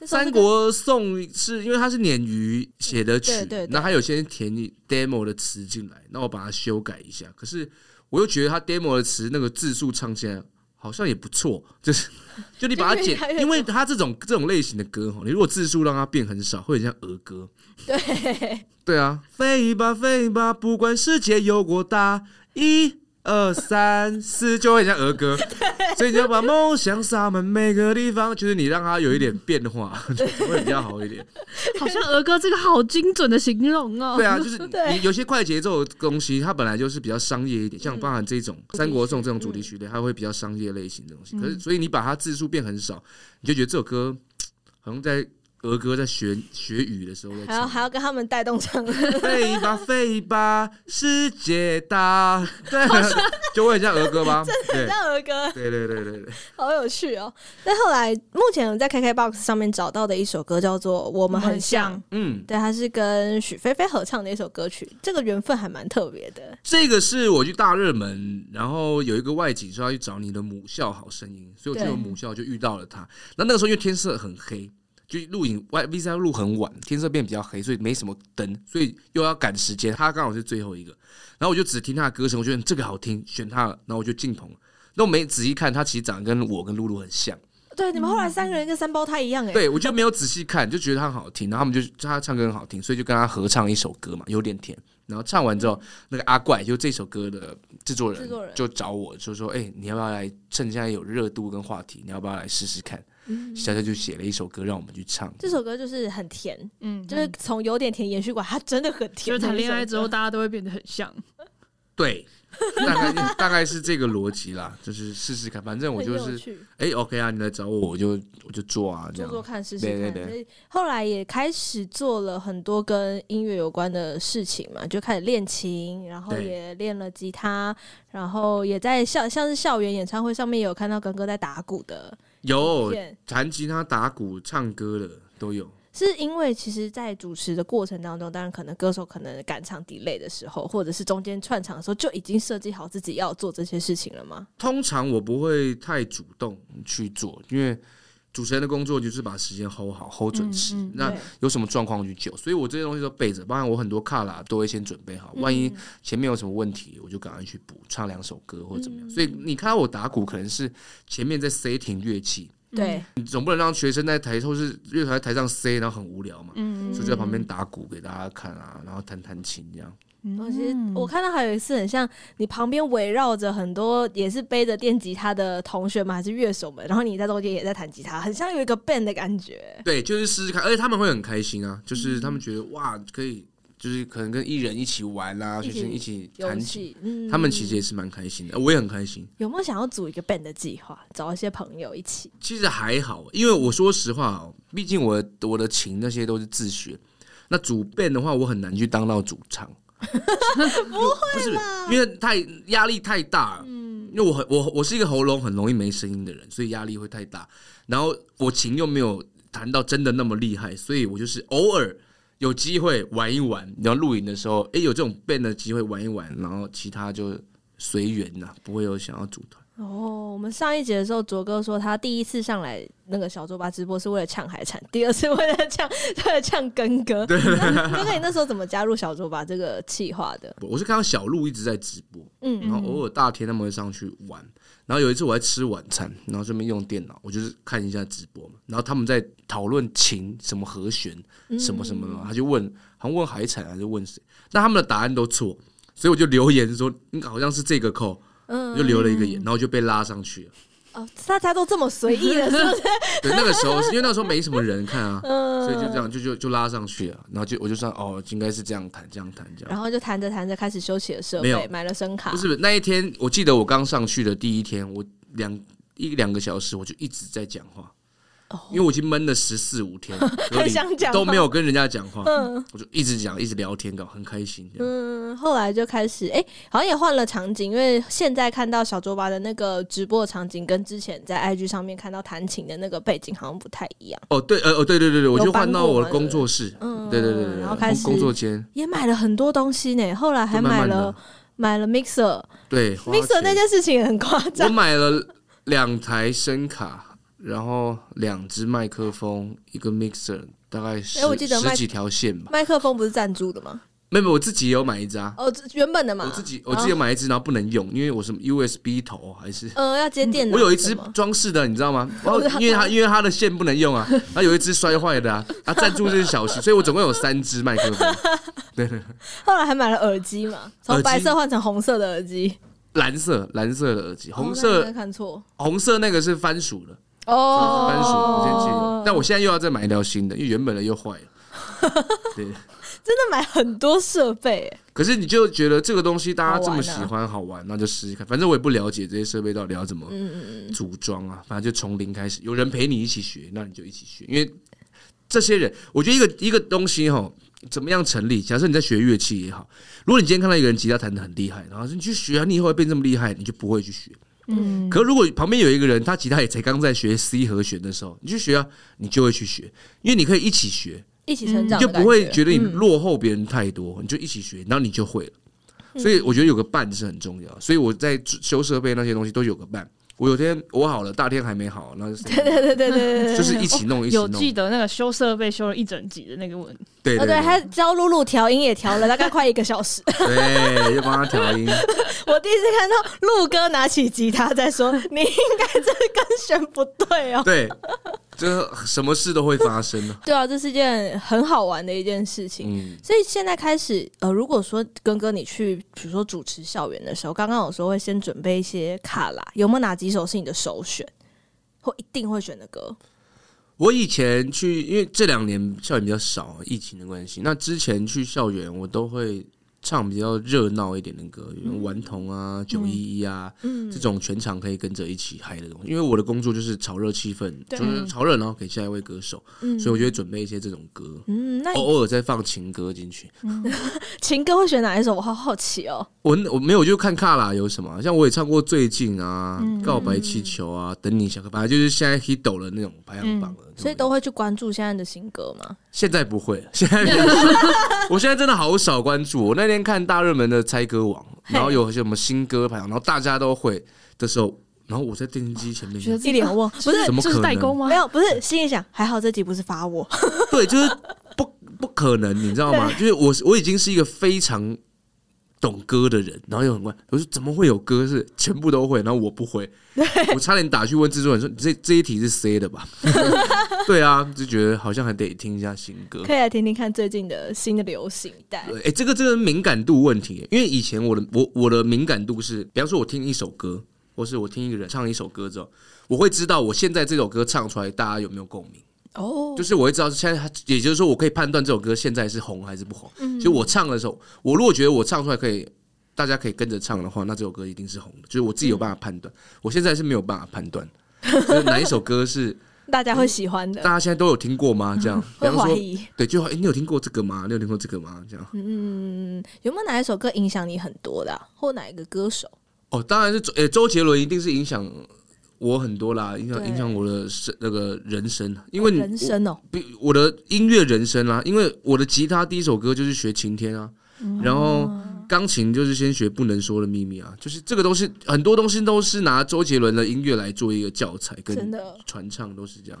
B: 那时候
D: 三
B: 这个
D: 国颂是因为它是鲶鱼写的曲
B: 对对对，
D: 那还有些填 demo 的词进来，那我把它修改一下。可是我又觉得它 demo 的词那个字数唱起来好像也不错，就是 就你把它
B: 就越来越
D: 剪，
B: 多
D: 因为它这种这种类型的歌哈，你如果字数让它变很少，会很像儿歌。
B: 对，
D: 对啊，飞吧飞吧，不管世界有多大，一二三四，就会很像儿歌。所以你要把梦想洒满每个地方，就是你让它有一点变化，会比较好一点。
E: 好像儿歌这个好精准的形容哦。
D: 对啊，就是
B: 对
D: 你有些快节奏的东西，它本来就是比较商业一点，像包含这种《三国颂》这种主题曲类，它会比较商业类型的东西。可是，所以你把它字数变很少，你就觉得这首歌好像在儿歌在学学语的时候在
B: 还要
D: 唱。
B: 还要跟他们带动唱，
D: 飞吧飞吧，世界大，对，就会很像儿歌吧？ 对，
B: 那儿歌
D: 对对对对对，
B: 好有趣哦、那后来目前我在 KKBOX 上面找到的一首歌叫做《我们很像》，
D: 嗯，
B: 对，它是跟许飞飞合唱的一首歌曲，这个缘分还蛮特别的。
D: 这个是我去大热门，然后有一个外景说要去找你的母校好声音，所以我去我
B: 对
D: 母校就遇到了他。那那个时候因为天色很黑。就录影外 V C R 录很晚，天色变比较黑，所以没什么灯，所以又要赶时间。他刚好是最后一个，然后我就只听他的歌声，我觉得这个好听，选他了，然后我就进棚了。那我没仔细看，他其实长得跟我跟露露很像，
B: 对，你们后来三个人跟三胞胎一样哎、
D: 对我就没有仔细看，就觉得他很好听，然后他们就他唱歌很好听，所以就跟他合唱一首歌嘛，有点甜。然后唱完之后，那个阿怪就这首歌的制作
B: 制
D: 人
B: 作人
D: 就找我，就说：“哎、你要不要来趁现在有热度跟话题，你要不要来试试看？”小小就写了一嗯首歌让我们去唱。
B: 这首歌就是很甜，
E: 嗯，
B: 就是从有点甜延续过来，它真的很
E: 就
B: 甜。
E: 是谈恋爱之
B: 那
E: 后，
B: 一首歌，
E: 大家都会变得很像。
D: 对，大概大概是这个逻辑啦，就是试试看。反 正我就
B: 很有
D: 是
B: 趣
D: 哎、o k 啊，你来找我，我就我就做啊，
B: 做
D: 这样
B: 做看试试看。
D: 对对对
B: 所以后来也开始做了很多跟音乐有关的事情嘛，就开始练琴，然后
D: 对
B: 也练了吉他，然后也在校像是校园演唱会上面有看到刚哥在打鼓的
D: 有
B: 片。
D: 弹吉他、打鼓、唱歌的都有。
B: 是因为其实，在主持的过程当中，当然可能歌手可能赶场 delay 的时候，或者是中间串场的时候，就已经设计好自己要做这些事情了吗？
D: 通常我不会太主动去做，因为主持人的工作就是把时间 hold 好，hold 准时。
E: 嗯
D: 那
B: 对
D: 有什么状况去救，所以我这些东西都备着。当然，我很多卡拉都会先准备好，
E: 嗯
D: 万一前面有什么问题，我就赶快去补，唱两首歌或者怎
E: 嗯
D: 么样。所以你看到我打鼓，可能是前面在 setting 乐器，
B: 对，
D: 你总不能让学生在台后是乐团在台上 C，然后很无聊嘛，
E: 嗯
D: 所以就在旁边打鼓给大家看啊，然后弹弹琴这样。
B: 我哦其实我看到还有一次很像你旁边围绕着很多也是背着电吉他的同学们还是乐手们，然后你在中间也在弹吉他，很像有一个 band 的感觉。
D: 对，就是试试看，而且他们会很开心啊，就是他
B: 嗯
D: 们觉得哇，可以，就是可能跟艺人一起玩啊，
B: 一
D: 学
B: 起
D: 生一起
B: 游
D: 弹琴，
B: 戏，嗯，
D: 他们其实也是蛮开心的，我也很开心。
B: 有没有想要组一个 band 的计划，找一些朋友一起？
D: 其实还好，因为我说实话哦，毕竟我的我的琴那些都是自学。那主编的话，我很难去当到主 唱，不会嗯不是，因为太压力太大了。因为我很我我是一个喉咙很容易没声音的人，所以压力会太大。然后我琴又没有弹到真的那么厉害，所以我就是偶尔有机会玩一玩。然后录影的时候，诶，有这种变的机会玩一玩，然后其他就随缘呐、不会有想要组团。
B: 哦，我们上一节的时候，卓哥说他第一次上来那个小卓吧直播是为了呛海产，第二次 为了呛为了呛根哥。那根哥，你那时候怎么加入小卓吧这个计划的？
D: 我是看到小鹿一直在直播，
B: 嗯
D: 然后偶尔大天他们会上去玩，然后有一次我在吃晚餐，然后顺便用电脑，我就是看一下直播嘛，然后他们在讨论琴什么和弦
B: 嗯
D: 什么什么的，他就问，好像问海产还是问谁，但他们的答案都错，所以我就留言说嗯好像是这个扣，
B: 嗯
D: 我就留了一个言，然后就被拉上去了。
B: 哦，大家都这么随意了，是不是？
D: 对，那个时候是因为那时候没什么人看啊，
B: 嗯
D: 所以就这样就就就拉上去了，然后就我就算哦应该是这样弹这样弹这样
B: 然。后就弹着弹着开始修起了设
D: 没
B: 备，
D: 有
B: 买了声卡。
D: 不是那一天，我记得我刚上去的第一天，我两一两个小时我就一直在讲话，因为我已经闷了十四 五天，隔离
B: 哦想讲话
D: 都没有跟人家讲话，我就一直讲，一直聊天，搞很开心这样。
B: 嗯，后来就开始，哎、好像也换了场景，因为现在看到小卓吧的那个直播的场景，跟之前在 IG 上面看到弹琴的那个背景好像不太一样。
D: 哦，对，呃，哦，对对对对，我就换到我
B: 有搬过
D: 的
B: 吗
D: 工作室，
B: 嗯
D: 对对对对，
B: 然后开始
D: 工作间，
B: 也买了很多东西呢，后来还
D: 就慢
B: 买
D: 慢地
B: 了买了 mixer，mixer
D: 对花钱
B: 那件事情也很夸
D: 我
B: 张，
D: 买了两台声卡，然后两只麦克风，一个 mixer，大概十
B: 哎我记得麦
D: 十几条线吧，
B: 麦克风不是赞助的吗？
D: 没有，没有我自己也有买一只啊。
B: 哦，这原本的嘛，
D: 我自己我自己有买一只，然后不能用，因为我什么 USB 头还是。
B: 呃要接电脑，
D: 我有一只
B: 什么
D: 装饰的，你知道 吗？然后因为它因为它的线不能用 啊，它有一只摔坏的啊，它赞助这是小事，所以我总共有三只麦 克风，
B: 后来还买了耳机嘛，从
D: 耳机
B: 白色换成红色的耳机，
D: 蓝色蓝色的耳机，红
B: 哦那你
D: 色
B: 没看错
D: 红色那个是番薯的，
B: 哦，
D: 番薯我先记得，但我现在又要再买一条新的，因为原本的又坏了。 对，
B: 真的买很多设备，哎
D: 可是你就觉得这个东西大家
B: 好玩
D: 这
B: 啊
D: 么喜欢好玩，那就试试看。反正我也不了解这些设备到底要怎么组装啊，反正就从零开始，有人陪你一起学，那你就一起学。因为这些人，我觉得一个一个东西哈，怎么样成立？假设你在学乐器也好，如果你今天看到一个人吉他弹得很厉害，然后说你去学、啊，你以后会变这么厉害，你就不会去学。
E: 嗯，
D: 可如果旁边有一个人，他吉他也才刚在学 C 和弦的时候，你去学啊，你就会去学，因为你可以一起学。
B: 一起成
E: 嗯
B: 长
D: 你就
B: 的感，
D: 不会觉得你落后别人太多，你就一起学，然后你就会了。所以我觉得有个伴是很重要，所以我在修设备那些东西都有个伴，我有天我好了，大天还没好，那就是
B: 对 对对 对对，
D: 就是一起弄一起
E: 有
D: 弄，
E: 记得那个修设备修了一整集的那个文，
D: 对
B: 哦
D: 对
B: 对，还
D: 对
B: 教露露调音也调了大概快一个小时。
D: 对，就帮他调音。
B: 我第一次看到陆哥拿起吉他在说：“你应该这根弦不对哦。
D: 对，这什么事都会发生的”。
B: 对啊，这是一件很好玩的一件事情。
D: 嗯，
B: 所以现在开始，呃，如果说根哥你去，比如说主持校园的时候，刚刚有说会先准备一些卡拉，有没有哪几首是你的首选，或一定会选的歌？
D: 我以前去，因为这两年校园比较少，疫情的关系。那之前去校园，我都会唱比较热闹一点的歌，因为顽童啊、九一一啊、
B: 嗯
D: 这种全场可以跟着一起嗨的东西。因为我的工作就是炒热气氛，就是炒热，然后给下一位歌手，所以我就会准备一些这种歌。
B: 嗯，那你
D: 偶尔再放情歌进去，
B: 情歌会选哪一首？我好好奇哦。
D: 我我没有我就看卡啦有什么，啊像我也唱过最近啊、
B: 嗯
D: 告白气球啊、等你下课，反正就是现在 hit 抖了那种排行榜了，对不对
B: 所以都会去关注现在的新歌吗？
D: 现在不会，现在 我现在真的好少关注。我那天看大热门的猜歌王，然后有什么新歌排行，然后大家都会的时候，然后我在电视机前面，
E: 觉得自己
B: 一脸问，不是
D: 怎么
E: 这是
D: 可
E: 代
D: 能
E: 沟？吗
B: 没？有，不是心里想，还好这集不是罚我。
D: 嗯对，就是不不可能，你知道吗？就是我我已经是一个非常懂歌的人，然后又很怪，我说怎么会有歌是全部都会，然后我不会，我差点打去问制作人说你这这一题是 C 的吧？ 对啊，就觉得好像还得听一下新歌。
B: 可以来听听看最近的新的流行带。
D: 哎、这个这个敏感度问题，因为以前我的我我的敏感度是，比方说我听一首歌，或是我听一个人唱一首歌之后，我会知道我现在这首歌唱出来大家有没有共鸣，
B: 哦，
D: 就是我会知道现在它，也就是说我可以判断这首歌现在是红还是不红。
B: 嗯
D: 就我唱的时候，我如果觉得我唱出来可以。大家可以跟着唱的话，那这首歌一定是红的。就是我自己有办法判断，我现在是没有办法判 断，就是哪一首歌是
B: 大家会喜欢的，
D: 大家现在都有听过吗？这样，比
B: 会
D: 方
B: 怀
D: 说，
B: 疑。
D: 对，就哎、诶你有听过这个吗？你有听过这个吗？这样，
B: 嗯，有没有哪一首歌影响你很多的啊、或哪一个歌手？
D: 哦，当然是周，诶、周杰伦一定是影响我很多啦，影响
B: 对
D: 影响我的生那个人生，因为你
B: 人生哦，
D: 我我的音乐人生啦、因为我的吉他第一首歌就是学《晴天》啊，
B: 嗯
D: 然后钢琴就是先学《不能说的秘密》啊，就是这个东西，很多东西都是拿周杰伦的音乐来做一个教材，
B: 真
D: 跟
B: 的
D: 传唱都是这样。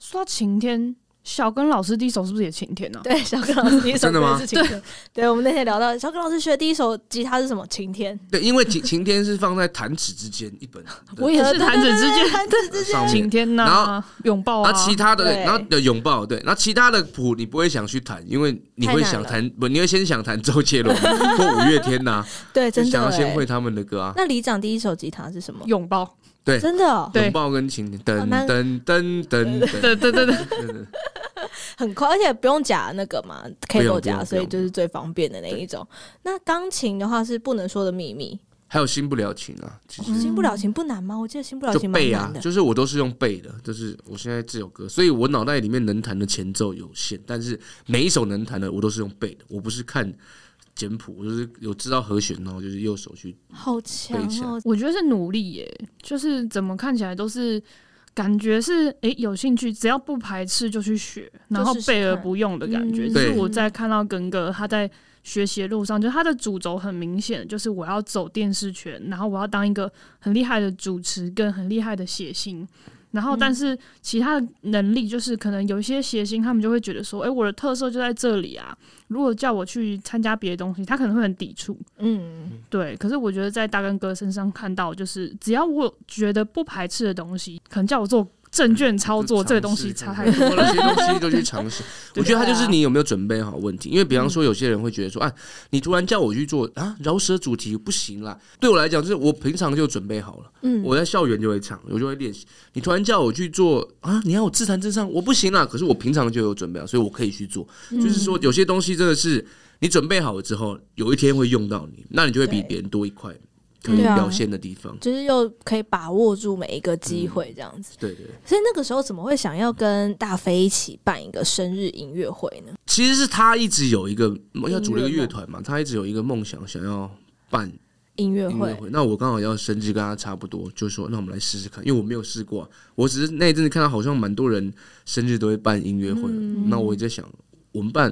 E: 说到晴天，小根老师第一首是不是也晴天呢、啊？
B: 对，小葛老师第一首
D: 真的
B: 歌
D: 吗
B: 是晴天。对，我们那天聊到小葛老师学第一首吉他是什么？晴天。
D: 对，因为晴晴天是放在弹指之间一本的
E: 我也是弹指之间，
B: 弹指之间
D: 上面
E: 晴。天呐、
D: 然
E: 拥抱啊，
D: 那其他的，
B: 哦对
D: 然后的拥抱，对，那其他的谱你不会想去弹，因为你会想弹，不，你会先想弹周 杰伦或五月天呐、
B: 对，
D: 就
B: 真
D: 想
B: 的
D: 要先
B: 欸
D: 会他们的歌啊。
B: 那里长第一首吉他是什么？
E: 拥抱，
D: 对，
B: 真的哦、
E: 对
D: 拥抱跟情
B: 好
D: 等
B: 难
D: 等等等等，
E: 对对对对，
B: 很快，而且不用夹那个嘛
D: 不用
B: ，cable 夹，
D: 不用
B: 所以
D: 不
B: 就
D: 用
B: 是最方便的那一种。那钢琴的话是不能说的秘密，
D: 还有新不了情啊，其实
B: 新不了情不难吗？我记得哦新不了
D: 就
B: 情蛮
D: 背
B: 难
D: 啊
B: 的，。
D: 就是我都是用背的，就是我现在这首歌，所以我脑袋里面能弹的前奏有限，但是每一首能弹的我都是用背的，我不是看简谱，我就是有知道和弦，然后就是右手去
B: 好强
D: 背起来
B: 哦！
E: 我觉得是努力耶、就是怎么看起来都是。感觉是诶、有兴趣，只要不排斥就去学，然后
B: 试试
E: 备而
B: 看
E: 不用的感觉。
B: 嗯
E: 这是
D: 对
E: 我在看到耿哥他在学习的路上，就他的主轴很明显，就是我要走电视圈，然后我要当一个很厉害的主持跟很厉害的谐星。然后，
B: 嗯
E: 但是其他的能力就是可能有一些谐星，他们就会觉得说，诶、我的特色就在这里啊。如果叫我去参加别的东西，他可能会很抵触。
B: 嗯，
E: 对，可是我觉得在大根哥身上看到，就是只要我觉得不排斥的东西，可能叫我做证券操作，
D: 嗯就
E: 这个东
D: 尝试
E: 西
D: 看
E: 差
D: 看
E: 太多了。啊
D: 有些东西就去尝 试。我觉得他就是你有没有准备好问题，因为比方
E: 嗯
D: 说有些人会觉得说，啊，你突然叫我去做啊饶舌主题不行啦。对我来讲，就是我平常就准备好了，
B: 嗯
D: 我在校园就会唱，我就会练习。你突然叫我去做啊，你要我自弹自唱，我不行啦。可是我平常就有准备好，所以我可以去做。
B: 嗯
E: 嗯
D: 就是说有些东西真的是你准备好了之后，有一天会用到你，那你就会比
B: 对
D: 别人多一块可以
B: 对啊
D: 表现的地方。
B: 就是又可以把握住每一个
D: 嗯
B: 机会这样子。
D: 对对。对
B: 所以那个时候怎么会想要跟大飞一起办一个生日音乐会呢？
D: 其实是他一直有一个要组了一个
B: 音乐
D: 乐
B: 梦
D: 团嘛，他一直有一个梦想，想要办
B: 音乐
D: 音
B: 会
D: 乐会。那我刚好要升级，跟他差不多，就说那我们来试试看，因为我没有试过啊、我只是那一阵子看到好像蛮多人生日都会办音乐会，那我也在想，我们办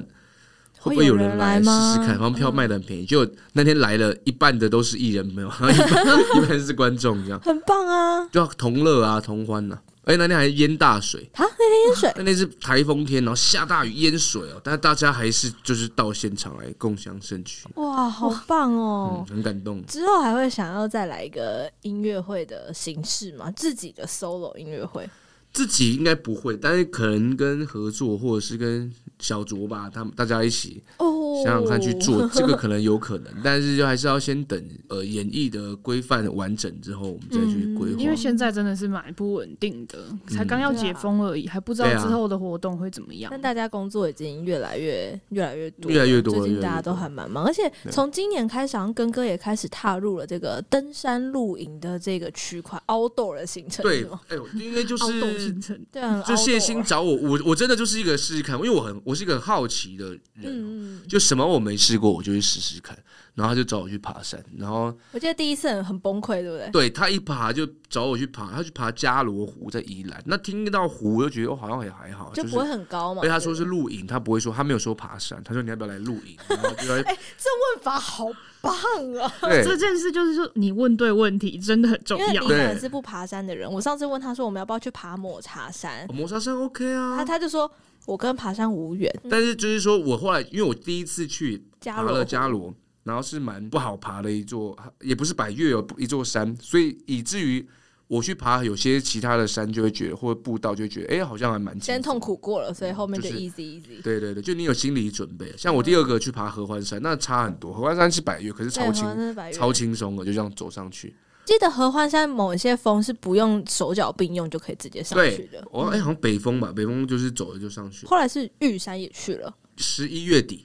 D: 会不会有
B: 人
D: 人来试
B: 吗？嗯
D: 试看？好像票卖的很便宜，就那天来了一半的都是艺人朋友，然后一半 一半是观众，这样
B: 很棒啊！
D: 就同乐啊，同欢呐、啊。而且那天还淹大水，
B: 啊，那 天淹水，
D: 那天是台风天，然后下大雨淹水哦，但是大家还是就是到现场来共享盛举，
B: 哇，好棒
D: 嗯
B: 哦，！
D: 很感动。
B: 之后还会想要再来一个音乐会的形式吗？自己的 solo 音乐会？
D: 自己应该不会，但是可能跟合作或者是跟小卓吧，他们大家一起
B: 哦，
D: 想想看去做，这个可能有可能，但是就还是要先等呃演绎的规范完整之后，我们再去规划。
E: 嗯因为现在真的是蛮不稳定的，才刚要解封而已，还不知道
D: 嗯对啊
E: 之后啊的活动会怎么样
B: 但。大家工作已经越来越越来越多了，
D: 越来越多了
B: 最近
D: 越来越
B: 大家都
D: 多了
B: 还蛮忙，而且从今年开始，好像根哥也开始踏入了这个登山露营的这个区块，outdoor 的行程
D: 对
B: 是吗，
D: 哎呦，应该就
E: 凹洞
D: 是
E: 形成，
B: 对啊，很
D: 就谢
B: outdoor
D: 欣哦找我，我我真的就是一个试试看，因为我很我是一个很好奇的人，
B: 嗯，嗯嗯
D: 就什么我没试过，我就去试试看。然后他就找我去爬山，然后
B: 我记得第一次很很崩溃，对不对？
D: 对他一爬就找我去爬，他去爬加罗湖在宜兰。那听到湖我就觉得哦，好像也还好，
B: 就是不会很高嘛。
D: 而且他说
B: 对
D: 是
B: 不对
D: 露营，他不会说，他没有说爬山，他说你要不要来露营？然后就
B: 哦
D: 要
B: 这问法 好棒啊！
E: 这
D: 对
E: 件事就是说你问对问题真的很重
B: 因为
E: 要
B: 李。
D: 对
B: 凡是不爬山的人，我上次问他说我们要不要去爬抹茶山，
D: 哦磨砂山 OK
B: 他
D: 啊。
B: 他就说我跟爬山无缘，
D: 但是就是说我后来，因为我第一次去
B: 加
D: 爬
B: 罗
D: 了加罗，然后是蛮不好爬的一座，也不是百越哦，一座山，所以以至于我去爬有些其他的山，就会觉得或者步道就会觉得，哎、好像还蛮轻松
B: 先痛。苦过了，所以后面就
D: 嗯就是
B: easy easy。
D: 对对对，就你有心理准备。啊像我第二个去爬合欢山，那差很多。合欢山是百越，可是超
B: 对，好
D: 轻
B: 像是百越
D: 超轻松的，就这样走上去。
B: 记得合欢山某一些峰是不用手脚并用就可以直接上去
D: 对
B: 的，。
D: 我哎、好像北峰吧，北峰就是走了就上去。
B: 后来是玉山也去了，
D: 十一月底。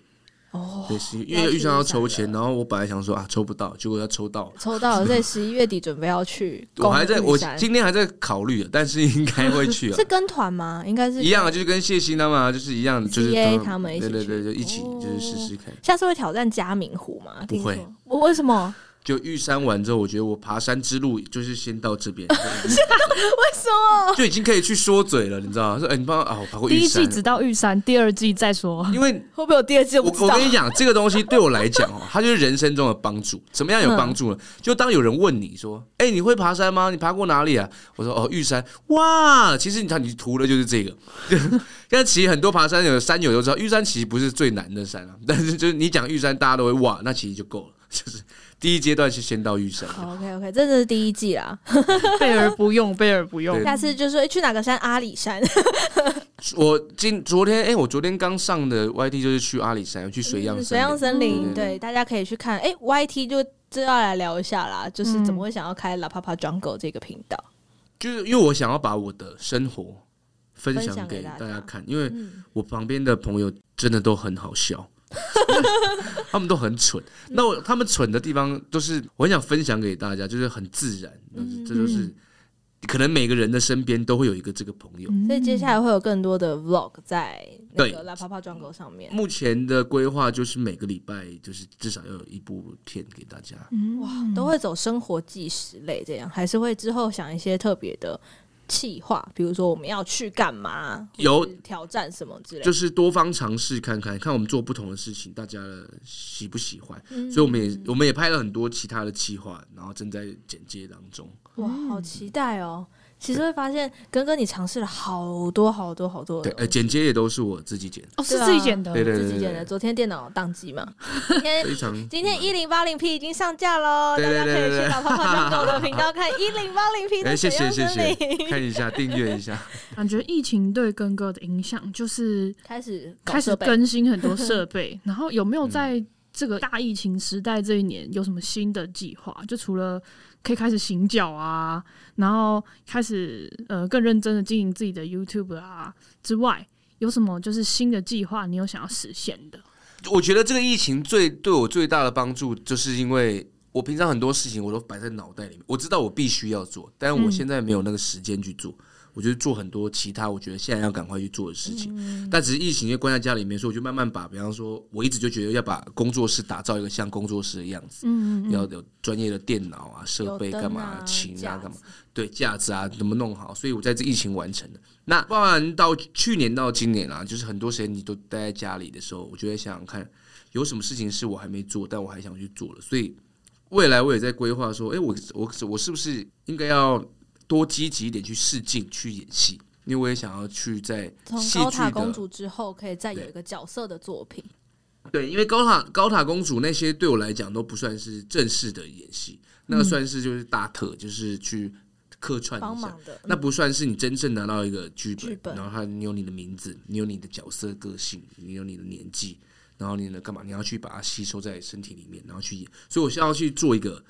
B: 哦，
D: 对，十一
B: 要
D: 因为
B: 去
D: 预算要
B: 日本
D: 抽签，
B: 了
D: 然后我本来想说啊抽不到，结果要抽到 了，
B: 抽到了， 所以十一月底准备要去
D: 我还在我
B: 攻玉山
D: 今天还在考虑，啊但是应该会去啊
B: 是，跟团吗？应该是
D: 一样啊，就是跟谢欣他们啊，就是一样，就是
B: CA
D: 们
B: 他们一起
D: 对对对，
B: 去哦
D: 就一起就是试试看。
B: 下次会挑战嘉明湖吗？
D: 不会
B: 听说，我为什么？
D: 就玉山完之后，我觉得我爬山之路就是先到这 边，
B: 啊为什么？
D: 就已经可以去说嘴了，你知道吗？说哎，你帮我啊，我爬过
E: 第
D: 玉
E: 一
D: 山
E: 季，只到玉山，第二季再说。
D: 因为
B: 会不会有第二季？
D: 我
B: 不知
D: 我
B: 道
D: 跟。你讲，这个东西对我来讲哦，它就是人生中的帮助。怎么样有帮助呢？就当有人问你说：“哎、你会爬山吗？你爬过哪里啊？”我说：“哦，玉山。”哇，其实你看 你图的就是这个。 但其实很多爬山有山友都知道，玉山其实不是最难的山啊。但是就是你讲玉山，大家都会哇，那其实就够了。就是第一阶段是先到玉山。
B: 好 OK OK，这是第一季啦。
E: 备而不用，备而不用
D: 对。
B: 下次就说诶去哪个山？阿里山。
D: 我今昨天哎、我昨天刚上的 YT 就是去阿里山，去水漾
B: 嗯水
D: 山
B: 漾
D: 林。嗯
B: 森林，
D: 对对对
B: 对，大家可以去看。哎，YT 就就要来聊一下啦，
D: 嗯
B: 就是怎么会想要开 La Papa Jungle 这个频道？
D: 就是因为我想要把我的生活分
B: 分享
D: 享
B: 给
D: 给
B: 大家
D: 大家看，因为
B: 嗯，
D: 我旁边的朋友真的都很好笑， 他们都很蠢。
B: 嗯
D: 那我他们蠢的地方，都是我很想分享给大家，就是很自然。但
B: 嗯
D: 是这就是可能每个人的身边都会有一个这个朋友。
B: 所以接下来会有更多的 Vlog 在那个
D: 对
B: La Papa Jungle 上面。
D: 目前的规划就是每个礼拜就是至少要有一部片给大家。
E: 嗯
B: 哇，都会走生活纪实类这样，还是会之后想一些特别的企划，比如说我们要去干嘛，
D: 有
B: 或是挑战什么之类的。
D: 就是多方尝试看看，看我们做不同的事情，大家的喜不喜欢。
B: 嗯
D: 所以我们也我们也拍了很多其他的企划，然后正在剪接当中。
B: 哇，好期待哦！其实会发现，根哥你尝试了好多好多好多的
D: 对，
B: 东
D: 呃，
B: 西，
D: 剪接也都是我自己剪，
E: 哦，
B: 对
E: 是
B: 啊
E: 自己剪的。
D: 对对
B: 自
D: 对
B: 己
D: 对
B: 剪的。
D: 对，
B: 昨天电脑宕机 嘛，今天
D: 非常嗯
B: 今天一零八零 P 已经上架喽，大
D: 对
B: 家
D: 对
B: 可
D: 对
B: 以
D: 对
B: 去
D: 对
B: 打泡泡糖狗的频道看一零八零 P
D: 哎、
B: 的
D: 谢
B: 水
D: 谢
B: 漾
D: 谢
B: 森
D: 谢
B: 林，，
D: 看一下订阅一下，
E: 感觉疫情对根哥的影响就是
B: 开始搞
E: 开始
B: 设备嗯
E: 更新很多 设备，然后有没有在这个大疫情时代这一年有什么新的计划？就除了可以开始行脚啊，然后开始呃更认真的经营自己的 YouTube 啊之外，有什么就是新的计划你有想要实现的？
D: 我觉得这个疫情最对我最大的帮助，就是因为我平常很多事情我都摆在脑袋里面，我知道我必须要做，但我现在没有那个时间去做。我就做很多其他我觉得现在要赶快去做的事情。但只是疫情就关在家里面，所以我就慢慢把，比方说，我一直就觉得要把工作室打造一个像工作室的样子，
E: 嗯
D: 要有专业的电脑啊、设备
B: 有灯
D: 干嘛、
B: 啊
D: 琴
B: 架
D: 啊
B: 子
D: 干嘛，对架子啊怎么弄好，所以我在这疫情完成的。那包含到去年到今年啊，就是很多时间你都待在家里的时候，我就在想想看，有什么事情是我还没做，但我还想去做的，所以未来我也在规划说，哎、我我我是不是应该要多积极一点去试镜、去演戏？因为我也想要去在
B: 从
D: 戏
B: 高
D: 剧
B: 塔
D: 的
B: 公主之后，可以再有
D: 对
B: 一个角色的作品。
D: 对，因为高塔高塔公主那些对我来讲都不算是正式的演戏，那个算是就是大特，就是去客串
B: 嗯帮
D: 一下
B: 忙。的，嗯
D: 那不算是你真正拿到一个剧本，
B: 剧本
D: 然后它你有你的名字，你有你的角色个性，你有你的年纪，然后你的干嘛？你要去把它吸收在身体里面，然后去演。所以我是要去做一个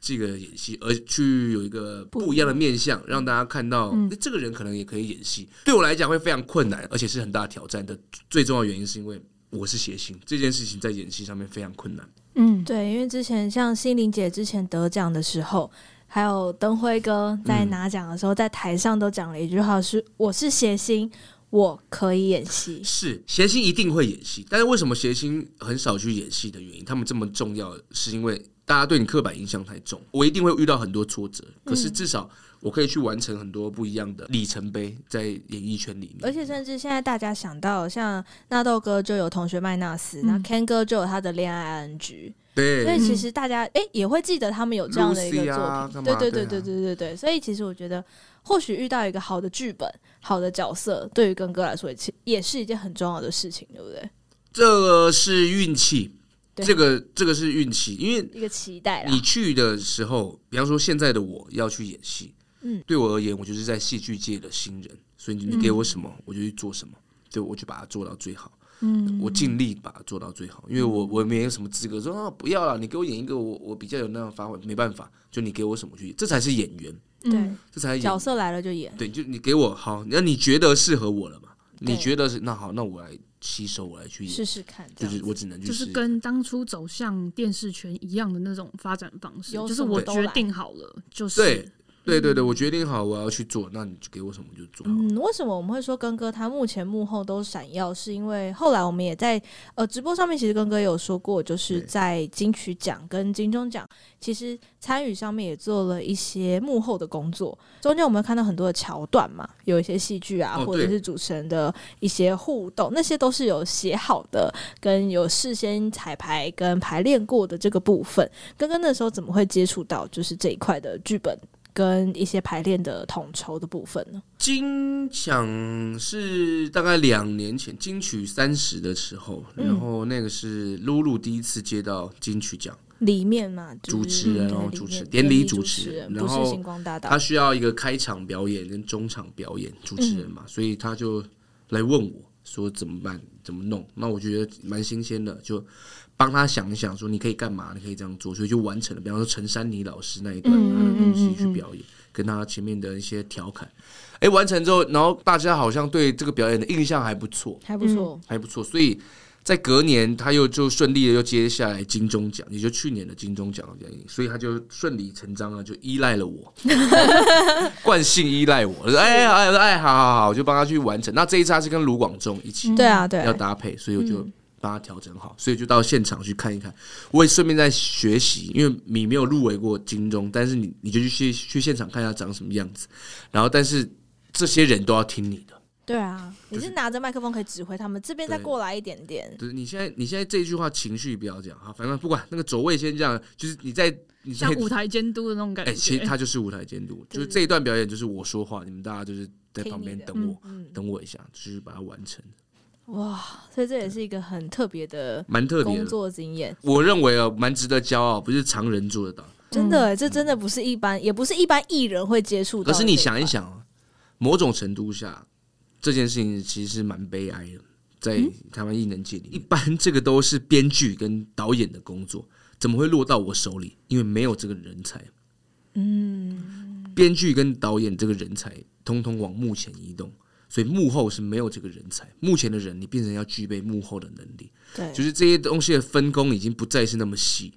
D: 这个演戏，而去有一个不一样的面相，让大家看到、诶这个人可能也可以演戏。对我来讲会非常困难，而且是很大的挑战的。最重要的原因是因为我是谐星，这件事情在演戏上面非常困难。
E: 嗯，
B: 对，因为之前像心灵姐之前得奖的时候，还有灯辉哥在
D: 嗯
B: 拿奖的时候，在台上都讲了一句话是：“我是谐星，我可以演戏。
D: 是谐星一定会演戏，但是为什么谐星很少去演戏的原因，他们这么重要，是因为大家对你刻板印象太重。我一定会遇到很多挫折，
B: 嗯
D: 可是至少我可以去完成很多不一样的里程碑，在演艺圈里”面。
B: 而且甚至现在大家想到，像纳豆哥就有同学麦纳斯，那
E: 嗯
B: Ken 哥就有他的恋爱 NG，所
D: 对嗯
B: 以其实大家哎、也会记得他们有这样的一个
D: Lucy 啊
B: 作
D: 干
B: 品。
D: 嘛
B: 对对对
D: 对
B: 对
D: 啊
B: 对对对，所以其实我觉得，或许遇到一个好的剧本、好的角色，对于根哥来说，其也是一件很重要的事情，对不对？
D: 这个是运气，
B: 对
D: 这个这个是运气，因为
B: 一个期待啦。
D: 你去的时候，比方说现在的我要去演戏，
B: 嗯
D: 对我而言，我就是在戏剧界的新人，所以你给我什么，
B: 嗯
D: 我就去做什么，对我就把它做到最好。嗯，我尽力把它做到最好，因为我我没有什么资格说啊不要了，你给我演一个我我比较有那样的发挥，没办法，就你给我什么去演，这才是演员，
E: 嗯
B: 对，
D: 这才是演
B: 角色来了就演。
D: 对，就你给我好，那你觉得适合我了嘛？
B: 对
D: 你觉得是那好，那我来吸收，我来去演，
B: 试试看，这样
D: 就是
B: 子
D: 我只能去
E: 就是
D: 试
E: 跟当初走向电视圈一样的那种发展方式，
B: 有
E: 就
B: 什
E: 是
B: 么
E: 我
B: 都
E: 决
B: 来
E: 定好了，就是
D: 对对对对，我决定好我要去做，那你就给我什么我就做。
B: 嗯，为什么我们会说根哥他目前幕后都闪耀？是因为后来我们也在呃直播上面，其实根哥有说过，就是
D: 对
B: 在金曲奖跟金钟奖，其实参与上面也做了一些幕后的工作。中间我们看到很多的桥段嘛，有一些戏剧啊，
D: 哦
B: 或者
D: 对
B: 是主持人的一些互动，那些都是有写好的，跟有事先彩排跟排练过的这个部分。根哥那时候怎么会接触到就是这一块的剧本？跟一些排练的统筹的部分呢？
D: 金奖是大概两年前金曲三十的时候，然后那个是露露第一次接到金曲奖，
E: 嗯
B: 里面嘛，就是
D: 主持人
B: 对里
D: 哦
B: 面
D: 主持
B: 典
D: 典礼
B: 主
D: 主持人
B: 不
D: 然
B: 是
D: 后
B: 星光大
D: 他
B: 道，
D: 需要一个开场表演跟中场表演主持人嘛，
E: 嗯
D: 所以他就来问我说怎么办，怎么弄？那我觉得蛮新鲜的，就帮他想一想，说你可以干嘛，你可以这样做，所以就完成了。比方说陈珊妮老师那一段
E: 嗯
D: 他的东西去表演，跟他前面的一些调侃。哎，完成之后，然后大家好像对这个表演的印象还不错，
B: 还不错。
D: 还不错，所以在隔年他又就顺利的又接下来金钟奖，也就去年的金钟奖的原因，所以他就顺理成章了，就依赖了我，惯性依赖我，我说哎哎哎，好好好，我就帮他去完成。那这一次他是跟卢广仲一起，
B: 对啊，对
D: 要
B: 啊，
D: 搭配，所以我就把它调整好，所以就到现场去看一看。我也顺便在学习，因为你没有入围过金钟，但是你你就去去去现场看一下长什么样子，然后但是这些人都要听你的。
B: 对啊，你
D: 就是
B: 是拿着麦克风可以指挥他们，这边再
D: 对
B: 过来一点点，
D: 对，你现在你现在这一句话情绪不要这样哈，反正不管那个走位先这样，就是你在你在
E: 像舞台监督的那种感
D: 哎、
E: 觉。
D: 其实他就是舞台监督，
B: 对
D: 就是这一段表演就是我说话，你们大家就是在旁
B: 听
D: 边
B: 你的
D: 等我，
B: 嗯，
D: 等我一下，就是把它完成，
B: 哇，所以这也是一个很特别的
D: 蛮特别
B: 工
D: 的。
B: 作经验，
D: 我认为啊，蛮值得骄傲，不是常人做得到。
B: 真的，这真的不是一般，也不是一般艺人会接触到的
D: 可
B: 这
D: 是
B: 一块。
D: 你想一想啊，某种程度下，这件事情其实是蛮悲哀的，在
B: 嗯
D: 台湾艺能界里，一般这个都是编剧跟导演的工作，怎么会落到我手里？因为没有这个人才。嗯，编剧跟导演这个人才，通通往幕前移动。所以幕后是没有这个人才，幕前的人你变成要具备幕后的能力，
B: 对，
D: 就是这些东西的分工已经不再是那么细，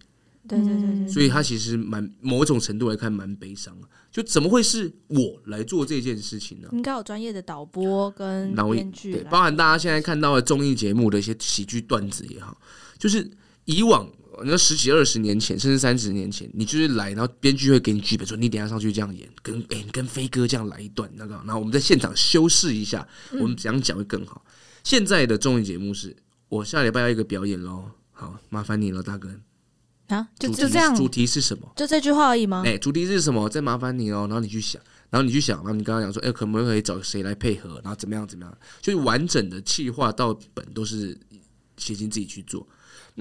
A: 对对对对，
D: 所以他其实蛮某种程度来看蛮悲伤的，就怎么会是我来做这件事情呢？
B: 应该有专业的导播跟
D: 然
B: 嗯
D: 后
B: 编剧
D: 对，
B: 来
D: 包含大家现在看到的综艺节目的一些喜剧段子也好，就是以往那十几二十年前，甚至三十年前，你就是来，然后编剧会给你剧本，说你等一下上去这样演，跟哎、你跟飞哥这样来一段那个，然后我们在现场修饰一下，我
B: 嗯
D: 们怎样讲会更好。现在的综艺节目是我下礼拜要一个表演喽，好，麻烦你了，大哥。
B: 啊，就
D: 主
B: 就
D: 题
B: 这样，
D: 主题是什么？
B: 就这句话而已吗？
D: 哎、主题是什么？再麻烦你哦，然后你去想，然后你去想，然后你刚刚讲说，哎、可不可以找谁来配合？然后怎么样怎么样？就是完整的企划到本都是协进自己去做。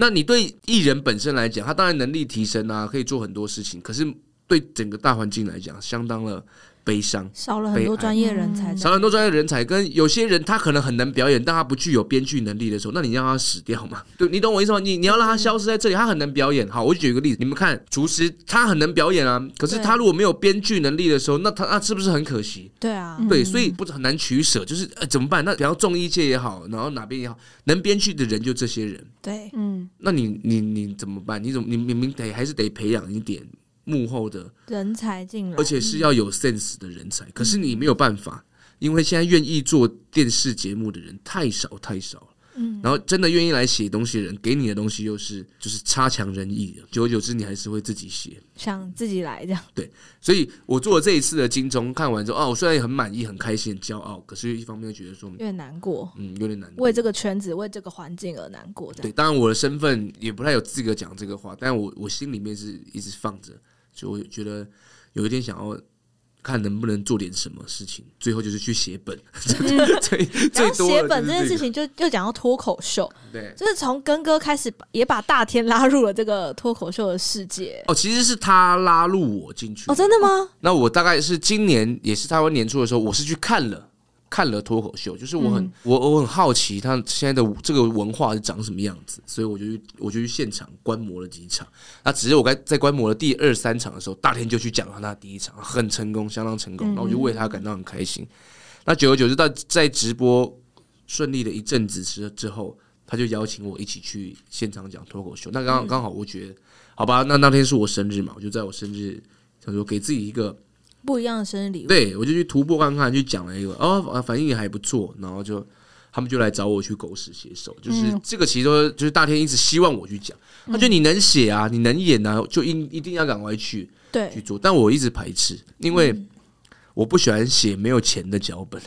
D: 那你对艺人本身来讲，他当然能力提升啊，可以做很多事情，可是对整个大环境来讲，相当的悲伤。
B: 少了很多
D: 悲哀
B: 专业人才，
D: 少了很多专业人才，跟有些人他可能很能表演，但他不具有编剧能力的时候，那你让他死掉嘛？ 对，你懂我意思吗？你你要让他消失在这里，他很能表演。好，我就举一个例子，你们看厨师，他很能表演啊，可是
B: 对
D: 他如果没有编剧能力的时候，那他那是不是很可惜？
B: 对啊，
D: 对，所以不是很难取舍，就是、呃、怎么办？那比方综艺界也好，然后哪边也好，能编剧的人就这些人，
B: 对，
E: 嗯，
D: 那你你你怎么办？你怎么你明明得还是得培养一点幕后的
B: 人才进来，
D: 而且是要有 sense 的人才。可是你没有办法，因为现在愿意做电视节目的人太少太少了。嗯，然后真的愿意来写东西的人，给你的东西又是就是差强人意的。久而久之，你还是会自己写。
B: 想自己来这样，
D: 所以我做了这一次的金钟，看完之后，哦，我虽然也很满意、很开心、很骄傲，可是一方面又觉得说，
B: 有点难过，
D: 嗯，有点难过。
B: 为这个圈子、为这个环境而难过这
D: 对，
B: 样。
D: 当然我的身份也不太有资格讲这个话，但我我心里面是一直放着，就我觉得有一天想要看能不能做点什么事情，最后就是去写本， 最最
B: 然后
D: 多
B: 写
D: 的
B: 本
D: 就
B: 这件
D: 是
B: 事，
D: 个
B: 情，就又讲到脱口秀，
D: 对。
B: 就是从根哥开始，也把大天拉入了这个脱口秀的世界。
D: 哦，其实是他拉入我进去的
B: 哦，真的吗？
D: 那我大概是今年也是台湾年初的时候，我是去看了看了脱口秀，就是我很、我我很好奇他现在的这个文化是长什么样子，所以我就去我就去现场观摩了几场。那只是我该在观摩了第二三场的时候，大天就去讲了他第一场很成功，相当成功，然后我就为他感到很开心。那久而久之，到在直播顺利的一阵子之之后，他就邀请我一起去现场讲脱口秀。那刚刚好，我觉得好吧，那那天是我生日嘛，我就在我生日想说给自己一个
B: 不一样的生日礼物，
D: 对，我就去突破看看，去讲了一个哦，啊反应也还不错，然后就他们就来找我去狗屎写手，就是、这个其实都就是大天一直希望我去讲，他觉得你能写啊，你能演啊，就应一定要赶快去去
B: 对，
D: 做，但我一直排斥，因为。我不喜欢写没有钱的脚本，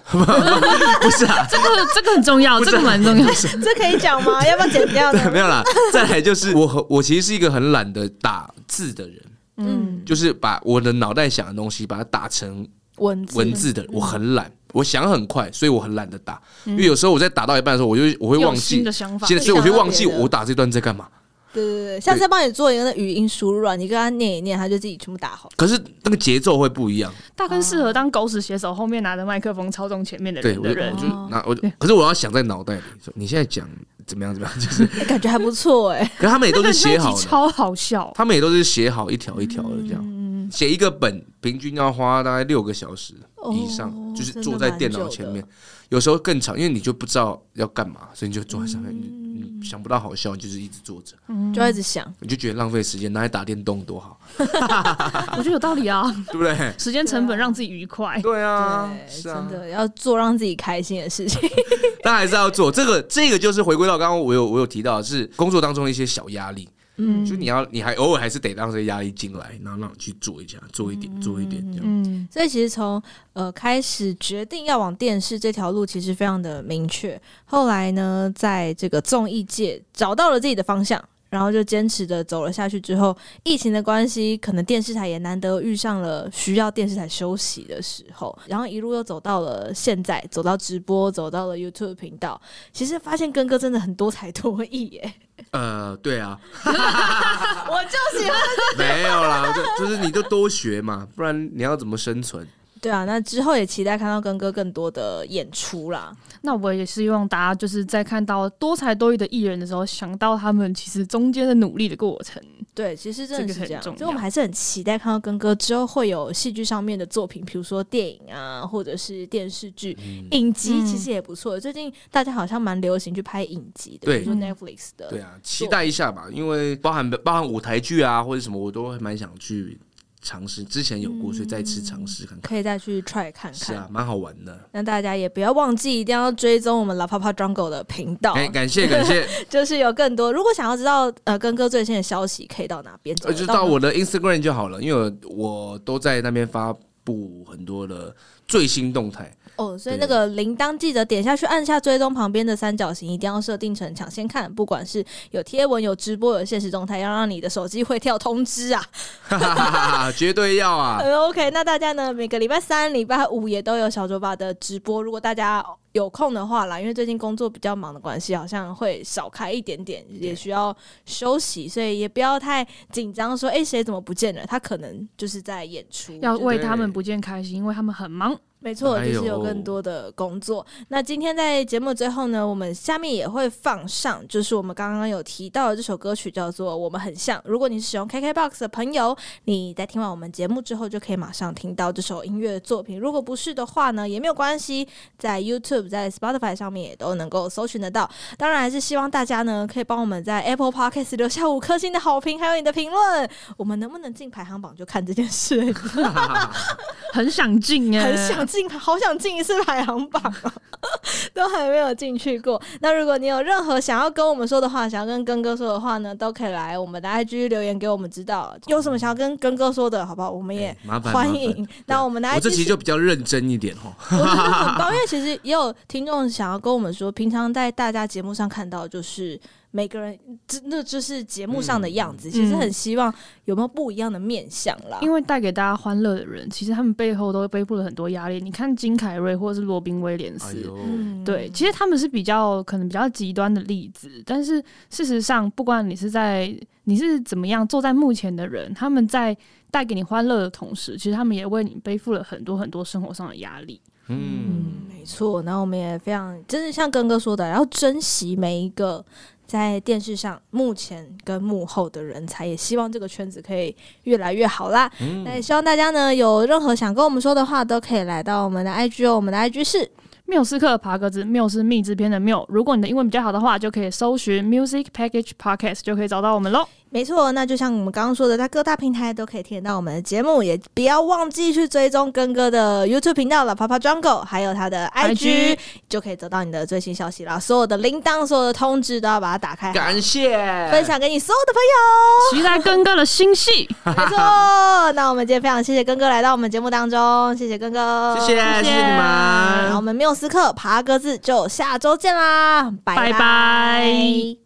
D: 不是啊，
E: 这个这个很重要，这个蛮重要的。
B: 这可以讲 吗？要不要剪掉
D: 对，没
B: 呢？
D: 有啦。再来就是我很，我其实是一个很懒得打字的人，
B: 嗯，
D: 就是把我的脑袋想的东西把它打成
B: 文字
D: 文字的，我很懒，我想很快，所以我很懒得打。因为有时候我在打到一半的时候，我就我会忘
E: 有
D: 记
E: 新的，想法
D: 现，在所以我就忘记
B: 想到别的
D: 我打这段在干嘛。
B: 对对对，下次帮你做一个那语音输入啊，你跟他念一念，他就自己全部打好。
D: 可是那个节奏会不一样，
E: 大根适合当狗屎写手，后面拿着麦克风操纵前面的
D: 对
E: 人
D: 我
E: 的
D: 就
E: 人
D: 我。就
B: 哦
D: 拿我就，可是我要想在脑袋里说你现在讲怎么样怎么样，就是，
B: 哎感觉还不错哎、
D: 可是他们也都是写好
E: 那集
D: 的，
E: 超 好笑，
D: 他们也都是写好一条一条的这样，写一个本平均要花大概六个小时以上
B: 哦，
D: 就是
B: 真的
D: 坐在
B: 蛮
D: 电脑
B: 久
D: 前
B: 的
D: 面，有时候更长，因为你就不知道要干嘛，所以你就坐在上面，你你想不到好笑，你就是一直坐着。
B: 就一直想，
D: 你就觉得浪费时间，拿来打电动多好，
E: 我觉得有道理啊，
D: 对不对？
E: 时间成本让自己愉快。
D: 对啊，
B: 对，
D: 是啊
B: 真，的要做让自己开心的事情。
D: 但还是要做这个。这个就是回归到刚刚我有我有提到的是工作当中的一些小压力，嗯，就你要你还偶尔还是得让这些压力进来，然后让你去做一下，做一点，做一点这样。
E: 嗯，
B: 所以其实从呃开始决定要往电视这条路，其实非常的明确。后来呢，在这个综艺界找到了自己的方向，然后就坚持的走了下去。之后疫情的关系，可能电视台也难得遇上了需要电视台休息的时候，然后一路又走到了现在，走到直播，走到了 YouTube 频道。其实发现根哥真的很多才多艺耶，
D: 呃，对啊，
B: 我就喜欢。
D: 没有啦，就就是你就多学嘛，不然你要怎么生存？
B: 对啊，那之后也期待看到根哥更多的演出啦。
E: 那我也希望大家就是在看到多才多艺的艺人的时候，想到他们其实中间的努力的过程。
B: 对，其实真的是这样，
E: 这个很重要
B: 所以我们还是很期待看到根哥之后会有戏剧上面的作品，比如说电影啊，或者是电视剧、影集，
E: 嗯
B: 其实也不错。最近大家好像蛮流行去拍影集的，
D: 对
E: 嗯
B: 比如说 Netflix 的，
D: 对啊，期待一下吧，因为包含包含舞台剧啊或者什么，我都会蛮想去尝试。之前有过，所以再次尝试看看。
B: 可以再去 try 看看。
D: 是啊，蛮好玩的。
B: 那大家也不要忘记，一定要追踪我们 La Papa Jungle 的频道，
D: 哎感感谢 感谢，
B: 就是有更多。如果想要知道呃根哥最新的消息，可以到哪边找
D: 呃，
B: 得
D: 就
B: 到呢？
D: 到我的 Instagram 就好了，因为我我都在那边发布很多的最新 动态。
B: 哦，所以那
D: 对
B: 个铃铛记得点下去，按下追踪旁边的三角形，一定要设定成抢先看。不管是有贴文、有直播、有现实动态，要让你的手机会跳通知啊。
D: 哈哈哈哈哈，绝对要 啊！
B: 呃 OK，那大家呢，每个礼拜三、礼拜五也都有小酒吧的直播，如果大家有空的话啦，因为最近工作比较忙的关系，好像会少开一点点，也需要休息，所以也不要太紧张，说哎谁、怎么不见了？他可能就是在演出，
E: 要
B: 就是
E: 为他们不见开心，因为他们 很忙。
B: 没错，
D: 哎
B: 就
D: 呦
B: 是有更多的工作。那今天在节目最后呢，我们下面也会放上，就是我们刚刚有提到的这首歌曲，叫做《我们很像》。如果你是使用 KKBOX 的朋友，你在听完我们节目之后，就可以马上听到这首音乐作品。如果不是的话呢，也没有关系，在 YouTube、在 Spotify 上面也都能够搜寻得到。当然，还是希望大家呢，可以帮我们在 Apple Podcast 留下五颗星的好评，还有你的评论。我们能不能进排行榜，就看这件事了。
E: 很想进哎、
B: 很想进，好想进一次排行榜啊， 都还没有进去过。那如果你有任何想要跟我们说的话，想要跟根哥说的话呢，都可以来我们的 IG 留言给我们知道，有什么想要跟根哥说的，嗯好不好？我们也
D: 哎麻烦
B: 欢
D: 麻烦
B: 迎。那我们的 IG
D: 我这期
B: 是
D: 就比较认真一点哦。
B: 我觉得很 棒，因为其实也有听众想要跟我们说，平常在大家节目上看到，就是每个人这那就是节目上的样子，其实很希望有没有不一样的面相啦。
E: 因为带给大家欢乐的人，其实他们背后都背负了很多压力。你看金凯瑞或者是罗宾威廉
D: 哎
E: 斯，
D: 呦，
B: 嗯
E: 对，其实他们是比较可能比较极端的例子，但是事实上，不管你是在你是怎么样坐在幕前的人，他们在带给你欢乐的同时，其实他们也为你背负了很多很多生活上的压力。
D: 嗯，
B: 嗯，没错。然后我们也非常，真的像根哥说的，要珍惜每一个在电视上幕前跟幕后的人才，也希望这个圈子可以越来越好啦。那也希望大家呢有任何想跟我们说的话，都可以来到我们的 IG 哦，我们的 IG 是
E: 缪斯克爬格子，缪是密制篇的缪。如果你的英文比较好的话，就可以搜寻 Music Package Podcast，就可以找到我们喽。
B: 没错，那就像我们刚刚说的，在各大平台都可以听得到我们的节目，也不要忘记去追踪根哥的 YouTube 频道了，Papa Jungle，还有他的 IG，,
E: IG
B: 就可以得到你的最新消息啦。所有的铃铛、所有的通知都要把它打开，
D: 感谢
B: 分享给你所有的朋
E: 期待根哥的新戏，
B: 友。 没错，那我们今天非常谢谢根哥来到我们节目当中，谢谢根哥，嗯
D: 谢谢谢谢你们
B: 然后我。们缪斯克爬格子就下周见啦，拜
E: 拜拜